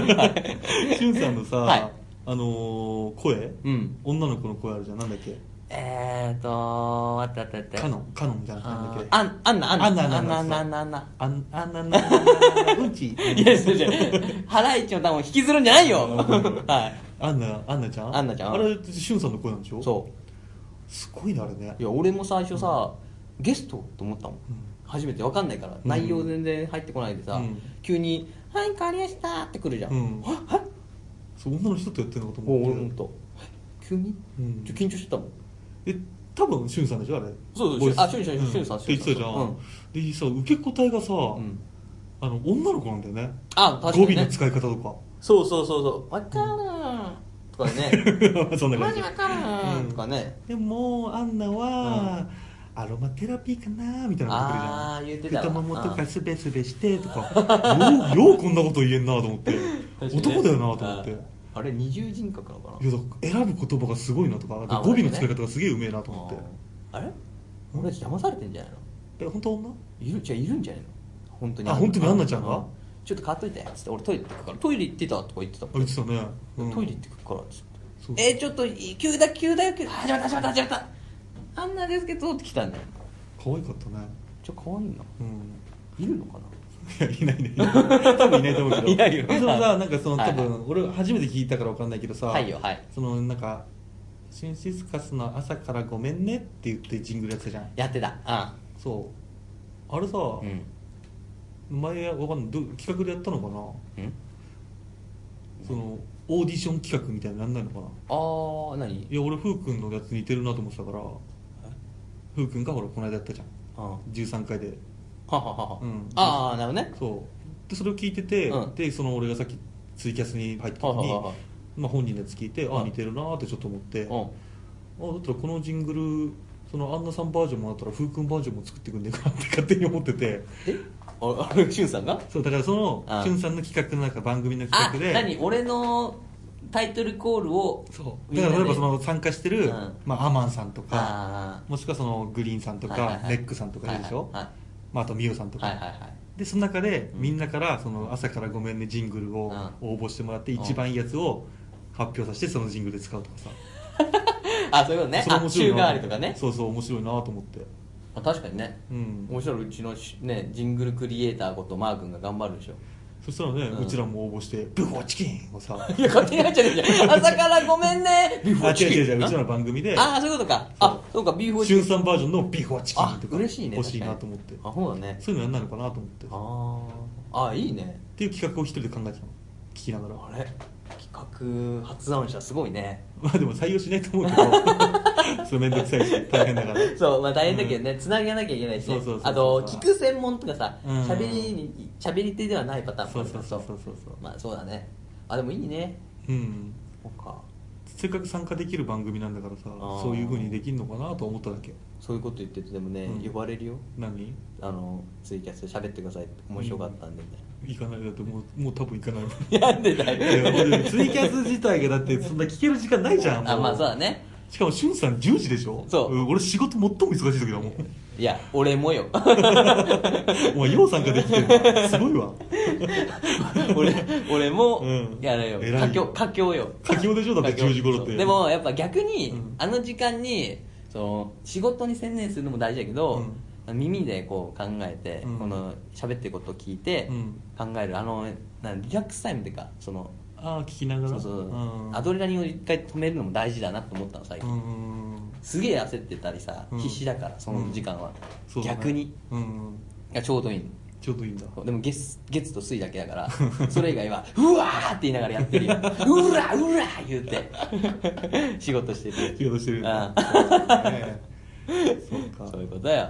Speaker 3: しゅんさんのさ、
Speaker 4: はい
Speaker 3: あのー声、
Speaker 4: うん
Speaker 3: 女の子の声あるじゃんなんだっけ
Speaker 4: えーとあったあったあった
Speaker 3: カノンカノンみたいななんだっ
Speaker 4: あ
Speaker 3: け
Speaker 4: ーあんあんなあんな
Speaker 3: あんなあんな
Speaker 4: あんなあんなあ
Speaker 3: そうん
Speaker 4: なあんな
Speaker 3: あんあんななななうんち
Speaker 4: いやそうじゃハライチの単語を引きずるんじゃないよは
Speaker 3: アンナアンナちゃん
Speaker 4: アンナちゃん
Speaker 3: あれしゅんさんの声なんでしょ
Speaker 4: いそう
Speaker 3: うすごいなあれね
Speaker 4: いや俺も最初さ、ゲストと思ったもん、初めて分かんないから、
Speaker 3: ん
Speaker 4: 内容全然入ってこないでさ、
Speaker 3: うん
Speaker 4: 急に「はい変わりました」って来るじゃん、
Speaker 3: うん
Speaker 4: はは
Speaker 3: そう女の人とやってるのかと
Speaker 4: もう
Speaker 3: 思
Speaker 4: 俺
Speaker 3: っ
Speaker 4: ほん
Speaker 3: て
Speaker 4: とえ急に、
Speaker 3: うん
Speaker 4: ちょ緊張してたもん
Speaker 3: え多分しゅんさんでしょあれ
Speaker 4: そうそう
Speaker 3: ボイス
Speaker 4: あしゅんしゅんしゅんしゅんさん
Speaker 3: って言ってたじゃん、
Speaker 4: うん
Speaker 3: でさ受け答えがさ、
Speaker 4: うん
Speaker 3: あの女の子なんだよね
Speaker 4: あ確かに、ね、
Speaker 3: 語尾の使い方とか
Speaker 4: そうそうそうそう「わかるん」とか ね
Speaker 3: そ
Speaker 4: 「
Speaker 3: んな
Speaker 4: マ
Speaker 3: 感
Speaker 4: ジ
Speaker 3: じ
Speaker 4: わかるん」とかね、
Speaker 3: でもアンナは、アロマテラピーかなみたいなこと
Speaker 4: あー言
Speaker 3: 言
Speaker 4: っ
Speaker 3: って
Speaker 4: て
Speaker 3: るじ
Speaker 4: た
Speaker 3: ゃ
Speaker 4: わ
Speaker 3: ん太ももとかすべすべしてとかようようこんなこと言えんなと 思って男だよなと思って
Speaker 4: ああれ二重人格なのかない
Speaker 3: やだから選ぶ言葉がすごいなとかあと
Speaker 4: あ
Speaker 3: 語尾
Speaker 4: 俺ね
Speaker 3: の使い方がすげえうめえなと思って
Speaker 4: あーあれ俺たち騙されてんじゃないの
Speaker 3: え本当女
Speaker 4: いるじゃあいるんじゃないの本当に
Speaker 3: あ本当にアンナちゃんが
Speaker 4: うちょっと買っといてつって俺トイレ行ってくからトイレ行ってたとか言ってた
Speaker 3: あ言ってたね、うん、
Speaker 4: トイレ行ってくるからっつって
Speaker 3: そう
Speaker 4: えー、ちょっと急だ急だよ急だ始まった始まった始まったあんなですけどって来たんだよ
Speaker 3: 可愛かったね
Speaker 4: ちょ可愛いな
Speaker 3: うん
Speaker 4: いるのかない
Speaker 3: やいないね多分いないと思うけど
Speaker 4: いないよ
Speaker 3: でもさなんかその
Speaker 4: はい
Speaker 3: 多分俺初めて聞いたからわかんないけどさ
Speaker 4: はいよはい
Speaker 3: そのなんか「シンシスカスの朝からごめんね」って言ってジングルやってたじゃん
Speaker 4: やってたあ
Speaker 3: そうあれさ、
Speaker 4: うんうん
Speaker 3: 前わかんないどう企画でやったのかな
Speaker 4: うん
Speaker 3: そのオーディション企画みたいになんないのかな
Speaker 4: あー何
Speaker 3: いや俺ふうくんのやつ似てるなと思ってたからふうくんがほらこの間やったじゃん
Speaker 4: あは
Speaker 3: 13回で
Speaker 4: ははは、
Speaker 3: うん
Speaker 4: ああなるほどね
Speaker 3: そうでそれを聞いてて、
Speaker 4: うん
Speaker 3: でその俺がさっきツイキャスに入った時
Speaker 4: はい
Speaker 3: に
Speaker 4: はいはい
Speaker 3: まあ、本人のやつ聞いてあ
Speaker 4: はい
Speaker 3: 似てるなーってちょっと思って、
Speaker 4: うん
Speaker 3: あだったらこのジングルそのアンナさんバージョンもあったらふうくんバージョンも作ってくんねえかなって勝手に思ってて
Speaker 4: えああれしゅんさんが
Speaker 3: そうだからその
Speaker 4: あ
Speaker 3: しゅんさんの企画の中番組の
Speaker 4: あ
Speaker 3: 企画で
Speaker 4: 何俺のタイトルコールを
Speaker 3: そうだから例えばその参加してる、
Speaker 4: うん
Speaker 3: まあ、アマンさんとか
Speaker 4: あ
Speaker 3: もしくはそのグリーンさん
Speaker 4: ー
Speaker 3: とか、
Speaker 4: はいはいはい
Speaker 3: ネックさんとかいるでしょ、
Speaker 4: はい
Speaker 3: まあ、あとミオさんとか、
Speaker 4: はいはいはいはい
Speaker 3: でその中で
Speaker 4: うん
Speaker 3: みんなからその朝からごめんねジングルを応募してもらって
Speaker 4: うん
Speaker 3: 一番いいやつを発表させてそのジングルで使うとかさ
Speaker 4: あそういうことね
Speaker 3: それ
Speaker 4: あ
Speaker 3: 面白い
Speaker 4: 週替
Speaker 3: な
Speaker 4: わりとかね
Speaker 3: そうそう面白いなと思って
Speaker 4: あ確かにね
Speaker 3: うん
Speaker 4: 面白いうちのしねジングルクリエイターことマー君が頑張るでし ょ
Speaker 3: そしたらね、
Speaker 4: う
Speaker 3: うんちらも応募して「ブフォーチキン!」を さ
Speaker 4: いや勝手に入っちゃうじゃん朝からごめんねビーフォ
Speaker 3: あ
Speaker 4: ーチ
Speaker 3: 違う
Speaker 4: キン
Speaker 3: 違う違ううちらの番組で
Speaker 4: ああそういうことかあそうかビーフォーチ
Speaker 3: しゅ
Speaker 4: キ
Speaker 3: ん
Speaker 4: ン
Speaker 3: さんバージョンの「ビフォーチキン」とか
Speaker 4: あ嬉しいね
Speaker 3: 欲しいなと思って
Speaker 4: あそうだね
Speaker 3: そういうのやんないのかなと思ってっ
Speaker 4: あーあいいね
Speaker 3: ていう企画を一人で考えてたの聞きながら
Speaker 4: あれ企画発案者すごいね
Speaker 3: まあでも採用しないと思う けどそれめんどくさいし大変だから
Speaker 4: そうまあ大変だけどね、つなげなきゃいけないしね
Speaker 3: そうそうそうそう
Speaker 4: あと聞く専門とかさ
Speaker 3: うん
Speaker 4: 喋りに喋り手ではないパターンもあるから
Speaker 3: そうそうそうそうそう
Speaker 4: まあそうだねあでもいいね
Speaker 3: うん
Speaker 4: そうか
Speaker 3: せっかく参加できる番組なんだからさ
Speaker 4: あー
Speaker 3: そういうふうにできるのかなと思っただけ
Speaker 4: そういうこと言っててでもね、
Speaker 3: うん
Speaker 4: 呼ばれるよ
Speaker 3: 何
Speaker 4: あのツイキャスで喋ってくださいって面白かったんでみ
Speaker 3: 行かないだってもうもう多分行かないもん
Speaker 4: たいな、なんでだ
Speaker 3: いや俺
Speaker 4: よ
Speaker 3: ツイキャス自体がだってそんな聞ける時間ないじゃんも
Speaker 4: あまあそうだね
Speaker 3: しかもしゅんさん10時でしょ
Speaker 4: そうん
Speaker 3: 俺仕事最も忙しい時だもん
Speaker 4: いや俺も よ
Speaker 3: お前よう参加できてるのすごい わ
Speaker 4: 俺俺も、
Speaker 3: うん
Speaker 4: やれよ
Speaker 3: 偉いよ
Speaker 4: 佳境佳境よ
Speaker 3: 佳境でしょだって
Speaker 4: 佳境
Speaker 3: 10時頃って
Speaker 4: でもやっぱ逆に、
Speaker 3: うん
Speaker 4: あの時間にその仕事に専念するのも大事だけど、耳でこう考えて、
Speaker 3: うん
Speaker 4: この喋ってることを聞いて、
Speaker 3: うん
Speaker 4: 考えるあのなんリラックスタイムっていうかその
Speaker 3: ああ聞きながら
Speaker 4: そうそう、
Speaker 3: ん
Speaker 4: アドレナリンを一回止めるのも大事だなと思ったの最
Speaker 3: う
Speaker 4: 近、
Speaker 3: ん
Speaker 4: すげえ焦ってたりさ、
Speaker 3: うん
Speaker 4: 必死だからその時間は、
Speaker 3: そうだね
Speaker 4: 逆に
Speaker 3: うん
Speaker 4: がちょうどいいの
Speaker 3: ちょうどいいんだ
Speaker 4: でも月月と水だけだからそれ以外は「うわ!」って言いながらやって るよ「うらうら!」言うて仕事してる
Speaker 3: 仕事してるよ
Speaker 4: あ
Speaker 3: ね そうか
Speaker 4: そういうことだよ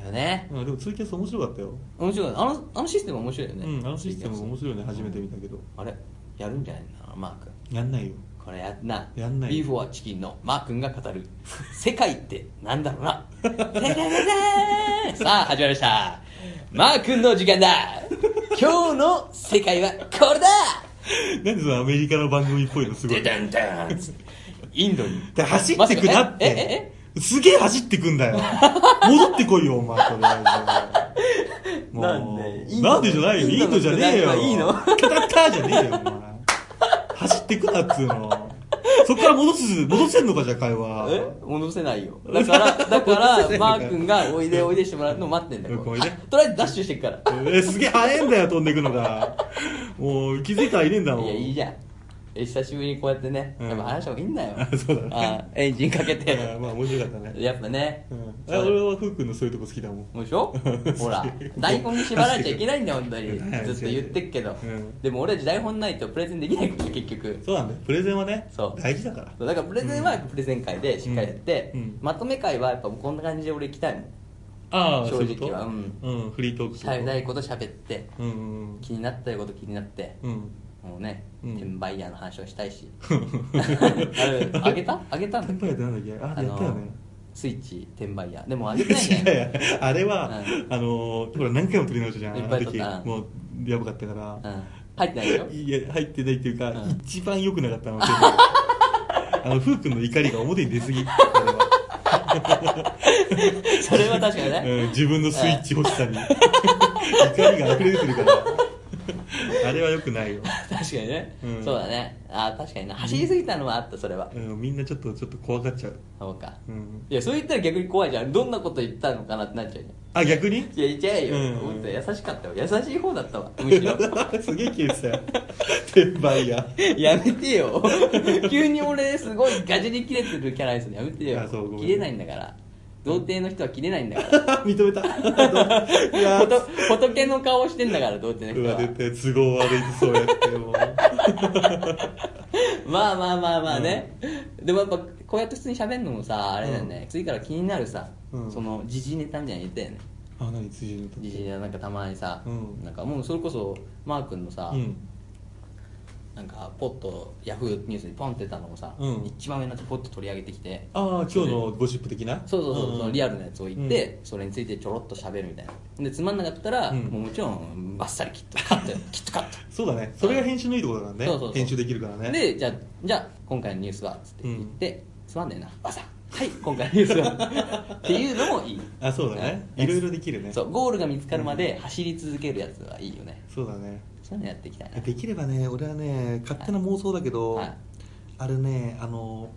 Speaker 4: だよね
Speaker 3: うんでもツイキャス面白かったよ
Speaker 4: 面白いあのあのシステム面白いよね
Speaker 3: うんあのシステム面白いね初めて見たけど
Speaker 4: あれやるんじゃないのかなマー君
Speaker 3: やんないよ
Speaker 4: これやんな
Speaker 3: やんないよ
Speaker 4: ビーフォアチキンのマー君が語 る「世界ってなんだろうな」てれれれれさあ始まりましたマー君の時間だ今日の世界はこれだ
Speaker 3: なんでそのアメリカの番組っぽいのすご
Speaker 4: で
Speaker 3: い
Speaker 4: ダンダンインドに
Speaker 3: で走ってくな
Speaker 4: ま
Speaker 3: っ
Speaker 4: さかええ
Speaker 3: てすげえ走ってくんだよ 戻ってこいよお前とりあえずもう
Speaker 4: なんでインド
Speaker 3: なんでじゃないよ
Speaker 4: イ
Speaker 3: イ
Speaker 4: ン
Speaker 3: ン
Speaker 4: ドの
Speaker 3: ドじゃねえよ
Speaker 4: いいの
Speaker 3: キャタッターじゃねえよお前走ってくなっつうのそっから戻す戻せんのかじゃあ会話
Speaker 4: え戻せないよだからだか
Speaker 3: 戻せ
Speaker 4: ら
Speaker 3: ないのか
Speaker 4: マー君がおいでおいでしてもらうのを待ってんだよ
Speaker 3: おいで
Speaker 4: あとりあえずダッシュしてっから
Speaker 3: えすげえ早えんだよ飛んでくのがもう気づいたらいねえんだもん
Speaker 4: いやいいじゃんえ久しぶりにこうやってね、
Speaker 3: うん
Speaker 4: やっぱ話した方がいいんだよ
Speaker 3: そうだね
Speaker 4: あエンジンかけて
Speaker 3: うんまあ面白かったね
Speaker 4: やっぱね、
Speaker 3: うん、あ
Speaker 4: そう
Speaker 3: 俺はふうくんのそういうとこ好きだもん
Speaker 4: もうでしょほ ら台本に縛られちゃいけないんだよ本当に
Speaker 3: うん
Speaker 4: ずっと言ってっけど、
Speaker 3: うん
Speaker 4: でも俺たち台本ないとプレゼンできないから結局
Speaker 3: そうなんだよプレゼンはね
Speaker 4: そう
Speaker 3: 大事だから
Speaker 4: そうだからプレゼンはプレゼン会でしっかりやって、
Speaker 3: うんうん
Speaker 4: まとめ会はやっぱこんな感じで俺行きたいもん
Speaker 3: ああ
Speaker 4: 正直は
Speaker 3: そういうこと
Speaker 4: うん
Speaker 3: うん、フリートークとか
Speaker 4: 喋りたいこと喋って
Speaker 3: うんうん
Speaker 4: 気になったこと気になって
Speaker 3: うんうん
Speaker 4: もうね、
Speaker 3: うん
Speaker 4: 転売ヤーの話をしたいし あれあげたあげた
Speaker 3: テンパイってなんだっけあやったよね
Speaker 4: スイッチ転売 ヤーでもあげてない
Speaker 3: 違う
Speaker 4: ね
Speaker 3: やあれは、
Speaker 4: う
Speaker 3: あのーほら何回も撮り直したじゃん
Speaker 4: いっ
Speaker 3: あ
Speaker 4: ぱ
Speaker 3: の
Speaker 4: い撮っ
Speaker 3: 時
Speaker 4: たうん
Speaker 3: もうやばかったから、
Speaker 4: うん入ってないよ
Speaker 3: いや入ってないっていうか、
Speaker 4: うん
Speaker 3: 一番良くなかったのは あのふうくんの怒りが表に出すぎあれは
Speaker 4: それは確かにね
Speaker 3: うん自分のスイッチ欲しさに怒りが溢れ出てる からあれは良くないよ、
Speaker 4: 確かにね、
Speaker 3: うん
Speaker 4: そうだねあー確かにな走りすぎたのもあったそれは
Speaker 3: うん、みんなちょっとちょっと怖がっちゃう、
Speaker 4: そうか
Speaker 3: うん、
Speaker 4: いやそう言ったら逆に怖いじゃんどんなこと言ったのかなってなっちゃうじ
Speaker 3: あ逆に
Speaker 4: ゃんいやいやいや
Speaker 3: うん
Speaker 4: よ、思ったら優しかったよ優しい方だったわむ しろ
Speaker 3: すげえ消えてたよ転売屋
Speaker 4: やめてよ 急に俺すごいガジに切れてるキャラですねやめてよ
Speaker 3: あそうごめん
Speaker 4: 切れないんだから童貞の人は切れないんだから
Speaker 3: 認めたいや
Speaker 4: ほと 仏の顔してんだから童貞の
Speaker 3: う
Speaker 4: 人
Speaker 3: わ
Speaker 4: は
Speaker 3: 絶対都合悪いぞそうやって もう
Speaker 4: まあまあまあまあね、でもやっぱこうやって普通に喋るのもさあれだよね、次から気になるさ、
Speaker 3: うん
Speaker 4: その時事ネタみたいなの言ったよね
Speaker 3: あ何辻のと
Speaker 4: 時事ネタなんかたまにさ、
Speaker 3: うん
Speaker 4: なんかもうそれこそマー君のさ、
Speaker 3: うん
Speaker 4: なんかポッとヤフーニュースにポンって出たのをさ、
Speaker 3: うん
Speaker 4: 一番上のやつポッと取り上げてきて
Speaker 3: ああ今日のゴシップ的な
Speaker 4: そうそうそう、
Speaker 3: んん
Speaker 4: そのリアルなやつを言って、それについてちょろっと喋るみたいなでつまんなかったら、
Speaker 3: うん
Speaker 4: もうもちろんバッサリキットカットよキットカット
Speaker 3: そうだねそれが編集のいいところだからね
Speaker 4: そうそうそう
Speaker 3: 編集できるからね
Speaker 4: でじゃあじゃあ今回のニュースはつって言って、つまんねえな朝はい今回のニュースはっていうのもいい
Speaker 3: あそうだね
Speaker 4: うん
Speaker 3: いろいろできるね
Speaker 4: そうゴールが見つかるまで走り続けるやつはいいよね
Speaker 3: そうだね
Speaker 4: そういうのやっていきたいな
Speaker 3: できればね俺はね勝手な妄想だけど、
Speaker 4: はい
Speaker 3: あれねあの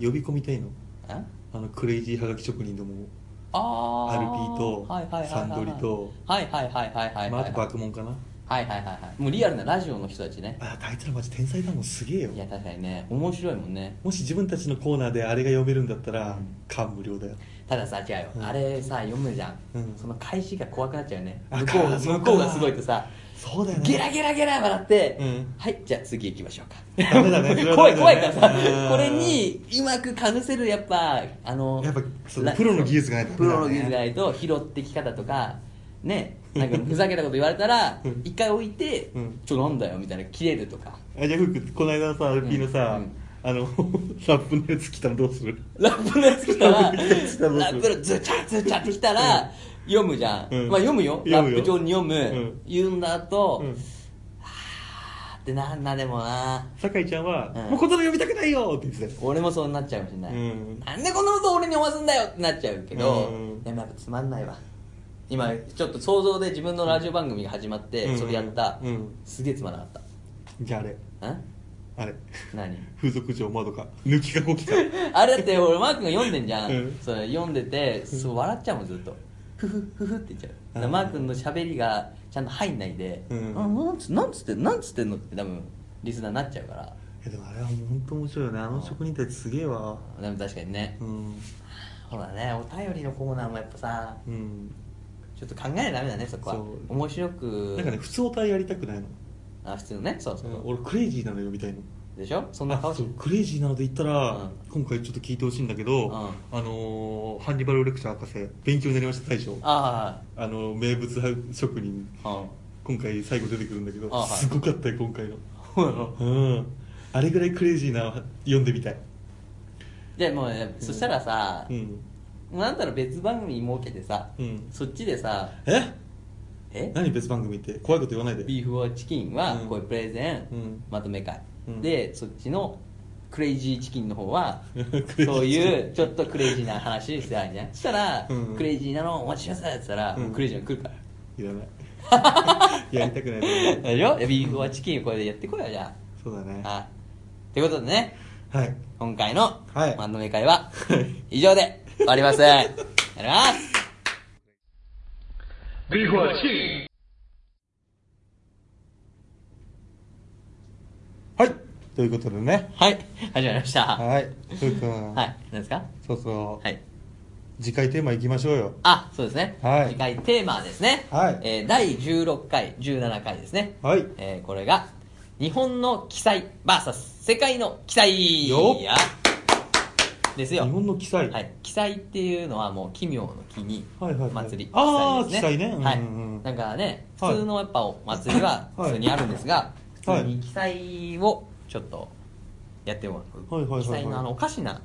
Speaker 3: 呼び込みたいの
Speaker 4: あ
Speaker 3: あのクレイジーはがき職人どもを
Speaker 4: あー
Speaker 3: アルピーと
Speaker 4: はいはいはいはいはい
Speaker 3: サンドリと
Speaker 4: はいはいはいはいはいはい
Speaker 3: まあ、あと
Speaker 4: はい
Speaker 3: 爆問かな
Speaker 4: はいはいはいもうリアルなラジオの人たちね
Speaker 3: ああいつらマジ天才だもんすげえよ
Speaker 4: いや確かにね面白いもんね
Speaker 3: もし自分たちのコーナーであれが読めるんだったら、
Speaker 4: うん
Speaker 3: 感無量だよ
Speaker 4: たださ違うよ、
Speaker 3: うん
Speaker 4: あれさ読むじゃん、
Speaker 3: うん
Speaker 4: その開始が怖くなっちゃうよね
Speaker 3: あ
Speaker 4: 向こう
Speaker 3: かそうか
Speaker 4: 向こうがすごいとさ
Speaker 3: そうだよね
Speaker 4: ゲラゲラゲラ笑って、
Speaker 3: うん
Speaker 4: はいじゃあ次行きましょうか
Speaker 3: ダメだねそれ は
Speaker 4: 怖い
Speaker 3: ダメだ
Speaker 4: 怖
Speaker 3: ね
Speaker 4: いからさ
Speaker 3: うん
Speaker 4: これにうまくかぶせるやっぱあの
Speaker 3: やっぱその
Speaker 4: ラ
Speaker 3: プロの技術がないと
Speaker 4: プロの技術がないと拾ってき方とかねなんかふざけたこと言われたら
Speaker 3: うん
Speaker 4: 一回置いて
Speaker 3: うん
Speaker 4: 「ちょなんだよ」みたいな切れるとか
Speaker 3: あじゃあフックこの間のさ RP のさ、
Speaker 4: うん
Speaker 3: あの ラップのやつ来たのどうする
Speaker 4: ラップのやつ来たらラ
Speaker 3: ラップのやつ来たら
Speaker 4: ップのズチャズチャって来たら読むじゃん
Speaker 3: うん
Speaker 4: まあ読むよ
Speaker 3: 読
Speaker 4: ラ
Speaker 3: むよ
Speaker 4: ップ上に読む
Speaker 3: ん
Speaker 4: 言うんだと
Speaker 3: うん
Speaker 4: あってなんなでもな
Speaker 3: 酒井ちゃんは、
Speaker 4: うん
Speaker 3: もうこんなの読みたくないよって言ってたよ
Speaker 4: 俺もそうなっちゃうかもしれない、
Speaker 3: うん
Speaker 4: なんでこんなこと俺に追わすんだよってなっちゃうけど、
Speaker 3: うん
Speaker 4: でもやっぱつまんないわ今ちょっと想像で自分のラジオ番組が始まって、
Speaker 3: うん
Speaker 4: それやった、
Speaker 3: うん
Speaker 4: すげえつまらなかっ
Speaker 3: じゃああれ
Speaker 4: たん
Speaker 3: あれ
Speaker 4: 何
Speaker 3: 風俗嬢窓か 抜きかこ きか
Speaker 4: あれだっ て俺マー君が読んでんじゃん、
Speaker 3: うん
Speaker 4: それ読んでてそう笑っちゃうもんずっとふふふふって言っちゃうだから
Speaker 3: うん
Speaker 4: マー君の喋りがちゃんと入んないで、
Speaker 3: うん
Speaker 4: あなんつなんつってなんつってんのって多分リスナーになっちゃうから
Speaker 3: えでもあれは本当面白いよねあの職人たちすげえわ
Speaker 4: でも確かにね、
Speaker 3: うん
Speaker 4: ほらねお便りのコーナーもやっぱさ
Speaker 3: うん
Speaker 4: ちょっと考えないとダメだねそこは
Speaker 3: そう
Speaker 4: 面白く
Speaker 3: なんかね普通お体やりたくないの
Speaker 4: あ普通のねそうそう、
Speaker 3: 俺クレイジーなの読みたいの
Speaker 4: でしょそんな顔し
Speaker 3: そうクレイジーなので言ったら、
Speaker 4: うん
Speaker 3: 今回ちょっと聞いてほしいんだけど、
Speaker 4: うん
Speaker 3: あのーハンニバルレクチャー博士勉強になりました最初あ
Speaker 4: あ
Speaker 3: の名物職人
Speaker 4: あはい
Speaker 3: 今回最後出てくるんだけど、
Speaker 4: あはい
Speaker 3: すごかったよ今回の
Speaker 4: うん
Speaker 3: うんあれぐらいクレイジーな読んでみたい
Speaker 4: じゃあもうねそしたらさ、
Speaker 3: うん
Speaker 4: なんだろう別番組設けてさ、
Speaker 3: うん
Speaker 4: そっちでさ
Speaker 3: え
Speaker 4: え
Speaker 3: 何別番組って怖いこと言わないで
Speaker 4: ビーフ・オア・チキンは
Speaker 3: うん
Speaker 4: こういうプレゼン、
Speaker 3: うん
Speaker 4: まとめ会、
Speaker 3: うん
Speaker 4: でそっちのクレイジーチキンの方は
Speaker 3: クレイジーチキン
Speaker 4: そういうちょっとクレイジーな話してないじ ゃんそしたら、
Speaker 3: うん
Speaker 4: クレイジーなのお待ちくださいって言ったら、
Speaker 3: うん
Speaker 4: もうクレイジーなの来るから
Speaker 3: いらない やりたくないと思う
Speaker 4: でしょビーフ・オア・チキンこれでやってこいよじゃあ
Speaker 3: そうだね
Speaker 4: はい。ということでね、
Speaker 3: はい
Speaker 4: 今回の
Speaker 3: はい
Speaker 4: 番組会は
Speaker 3: はい
Speaker 4: 以上で終わります。やります。
Speaker 3: はいということでね
Speaker 4: はい、始まりました。は
Speaker 3: はいふうくん、
Speaker 4: い、何ですか
Speaker 3: そうそう、
Speaker 4: はい。
Speaker 3: 次回テーマいきましょうよ
Speaker 4: あ、そうですね。
Speaker 3: はい
Speaker 4: 次回テーマはですね。
Speaker 3: はい
Speaker 4: えー第16回、17回ですね。
Speaker 3: はい
Speaker 4: えーこれが、日本の記載 VS 世界の記載
Speaker 3: よっ
Speaker 4: やです
Speaker 3: 日
Speaker 4: よ。
Speaker 3: 本の記載、
Speaker 4: はい、記載っていうのはもう奇妙の木に
Speaker 3: はいはいはい
Speaker 4: 祭り
Speaker 3: あー
Speaker 4: 記載です
Speaker 3: 記載ね
Speaker 4: はい
Speaker 3: うんうん
Speaker 4: なんかね
Speaker 3: はい
Speaker 4: 普通のやっぱお祭りは
Speaker 3: はい
Speaker 4: 普通にあるんですが、
Speaker 3: はい
Speaker 4: 普通に記載をちょっとやってもらう、
Speaker 3: はいはいはいはい
Speaker 4: 記載のあのおかしな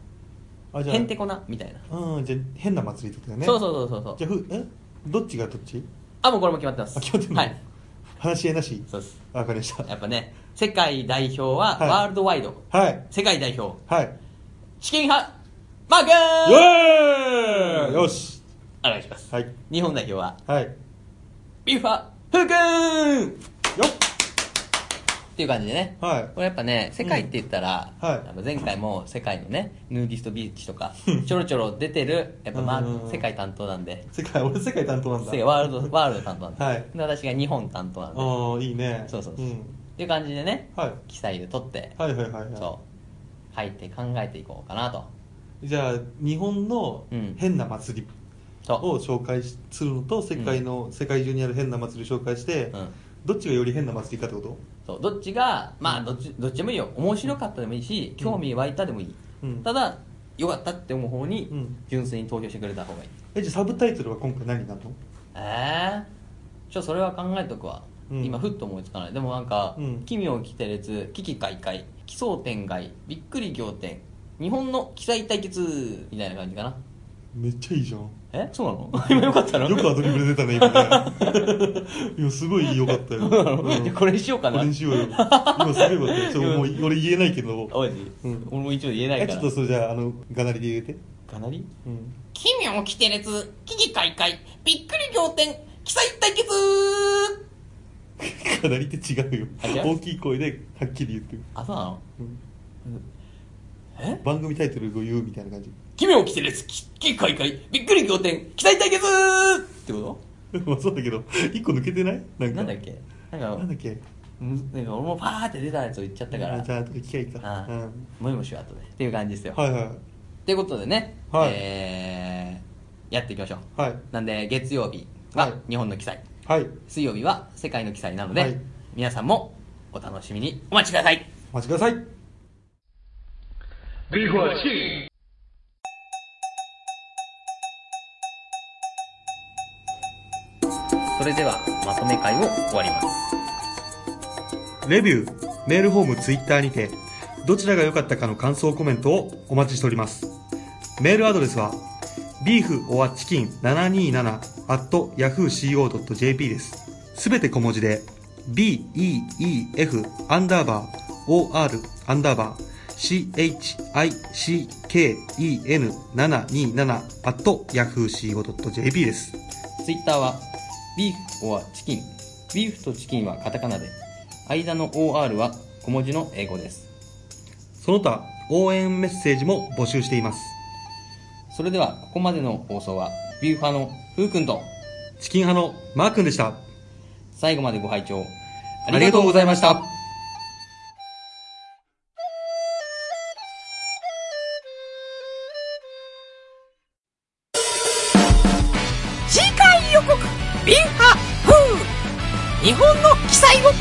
Speaker 3: あじゃあ
Speaker 4: へんてこなみたいな、
Speaker 3: うんじゃあ変な祭りってことだよね
Speaker 4: そうそうそうそう
Speaker 3: じ
Speaker 4: そう
Speaker 3: ゃあふえどっちがどっち
Speaker 4: あもうこれも決まってます
Speaker 3: あ決まってんの
Speaker 4: はい
Speaker 3: 話し合いなし
Speaker 4: そうです
Speaker 3: わかりました
Speaker 4: やっぱね世界代表は
Speaker 3: はい
Speaker 4: ワールドワイド、
Speaker 3: はい
Speaker 4: 世界代表
Speaker 3: はい
Speaker 4: チキン派マー君
Speaker 3: イエーイよし
Speaker 4: お願いします、
Speaker 3: はい
Speaker 4: 日本代表は
Speaker 3: はい
Speaker 4: ビビーファーくーんっ
Speaker 3: よ
Speaker 4: ていう感じでね
Speaker 3: っはい
Speaker 4: これやっぱね世界って言ったら、
Speaker 3: うんはい
Speaker 4: やっぱ前回も世界のねヌーディストビーチと かちょろちょろ出てるやっぱまあ
Speaker 3: うん
Speaker 4: 世界担当なんで
Speaker 3: 世界俺世界担当なんだ
Speaker 4: 世界ワールドワールド担当なんで,、
Speaker 3: はい
Speaker 4: で私が日本担当なんでっ
Speaker 3: ああいいね
Speaker 4: そうそうそうんていう感じでね
Speaker 3: はい
Speaker 4: 記載を取って、
Speaker 3: はいはいはいはい
Speaker 4: そう書いて考えていこうかなと
Speaker 3: じゃあ日本の
Speaker 4: うん
Speaker 3: 変な祭り
Speaker 4: そ
Speaker 3: を紹介しするのと世界の、世界中にある変な祭りを紹介して、
Speaker 4: う,、うん、
Speaker 3: どっちがより変な祭りかってこと
Speaker 4: そうどっちがまあどっちどっちでもいいよ面白かったでもいいし興味湧いたでもいい、
Speaker 3: うん
Speaker 4: ただ良かったって思う方
Speaker 3: う
Speaker 4: に
Speaker 3: ん
Speaker 4: 純粋に投票してくれた方がいい、
Speaker 3: えじゃあサブタイトルは今回何なの
Speaker 4: ええちょそれは考えとくわ、
Speaker 3: うん
Speaker 4: 今ふっと思いつかないでもなんか
Speaker 3: うん
Speaker 4: 「奇妙奇天列危機開会奇想天外びっくり仰天日本の奇才対決」みたいな感じかな
Speaker 3: めっちゃいいじゃん
Speaker 4: えそうなの今よかったの
Speaker 3: よくアドリブで出たね今ね いやすごい良かったよ、うん
Speaker 4: じゃあこれにしようかな
Speaker 3: これにしようよ今すごい良かったよ ちょっともう俺言えないけど
Speaker 4: おいじ、
Speaker 3: うん
Speaker 4: 俺も一応言えない
Speaker 3: え
Speaker 4: か
Speaker 3: ちょ
Speaker 4: ら
Speaker 3: っとそれじゃああのがなりで言えて
Speaker 4: かなり
Speaker 3: うん
Speaker 4: 奇妙奇天列危機開会びっくり仰天奇才対決
Speaker 3: かなりって違うよ
Speaker 4: あ違う
Speaker 3: 大きい声ではっきり言ってる、
Speaker 4: あそうなの
Speaker 3: うん
Speaker 4: え
Speaker 3: 番組タイトルを言うみたいな感じ
Speaker 4: 奇妙奇天列危機開会びっくり仰天奇才対決ってこ
Speaker 3: まあそうだけど一個抜けてないなん
Speaker 4: とな
Speaker 3: か
Speaker 4: んだっけなんか
Speaker 3: なんだっけ
Speaker 4: うんなんか俺もパーって出たやつを言っちゃったか
Speaker 3: あ
Speaker 4: ら
Speaker 3: じゃあ後で機会か
Speaker 4: ああ
Speaker 3: うん
Speaker 4: もしもしよう後でっていう感じですよ
Speaker 3: はいはい
Speaker 4: っていうことでね、
Speaker 3: はい
Speaker 4: えーやっていきましょう
Speaker 3: はい
Speaker 4: なんで月曜日は
Speaker 3: はい
Speaker 4: 日本の記載、
Speaker 3: はい
Speaker 4: 水曜日は世界の記載なので、
Speaker 3: はい
Speaker 4: 皆さんもお楽しみにお待ちください
Speaker 3: お待ちください
Speaker 4: それではまとめ会を終わります
Speaker 3: レビュー、メールフォーム、ツイッターにて、どちらが良かったかの感想コメントをお待ちしております。メールアドレスは、beeforchicken727-yahooco.jp です。すべて小文字で、beef アンダーバー or アンダーバー chicken727-yahooco.jp です。
Speaker 4: ツイッターは、ビーフ or チキン。ビーフとチキンはカタカナで、間の OR は小文字の英語です。
Speaker 3: その他、応援メッセージも募集しています。
Speaker 4: それでは、ここまでの放送は、ビューファーのふうくんと、
Speaker 3: チキン派のマー君でした。
Speaker 4: 最後までご拝聴あ
Speaker 3: あ
Speaker 4: り
Speaker 3: り
Speaker 4: がと
Speaker 3: がと
Speaker 4: うご
Speaker 3: うご
Speaker 4: ざ
Speaker 3: ざ
Speaker 4: い
Speaker 3: い
Speaker 4: ま
Speaker 3: ま
Speaker 4: し
Speaker 3: したた。
Speaker 1: 次回予告ビンハフー日本の記載を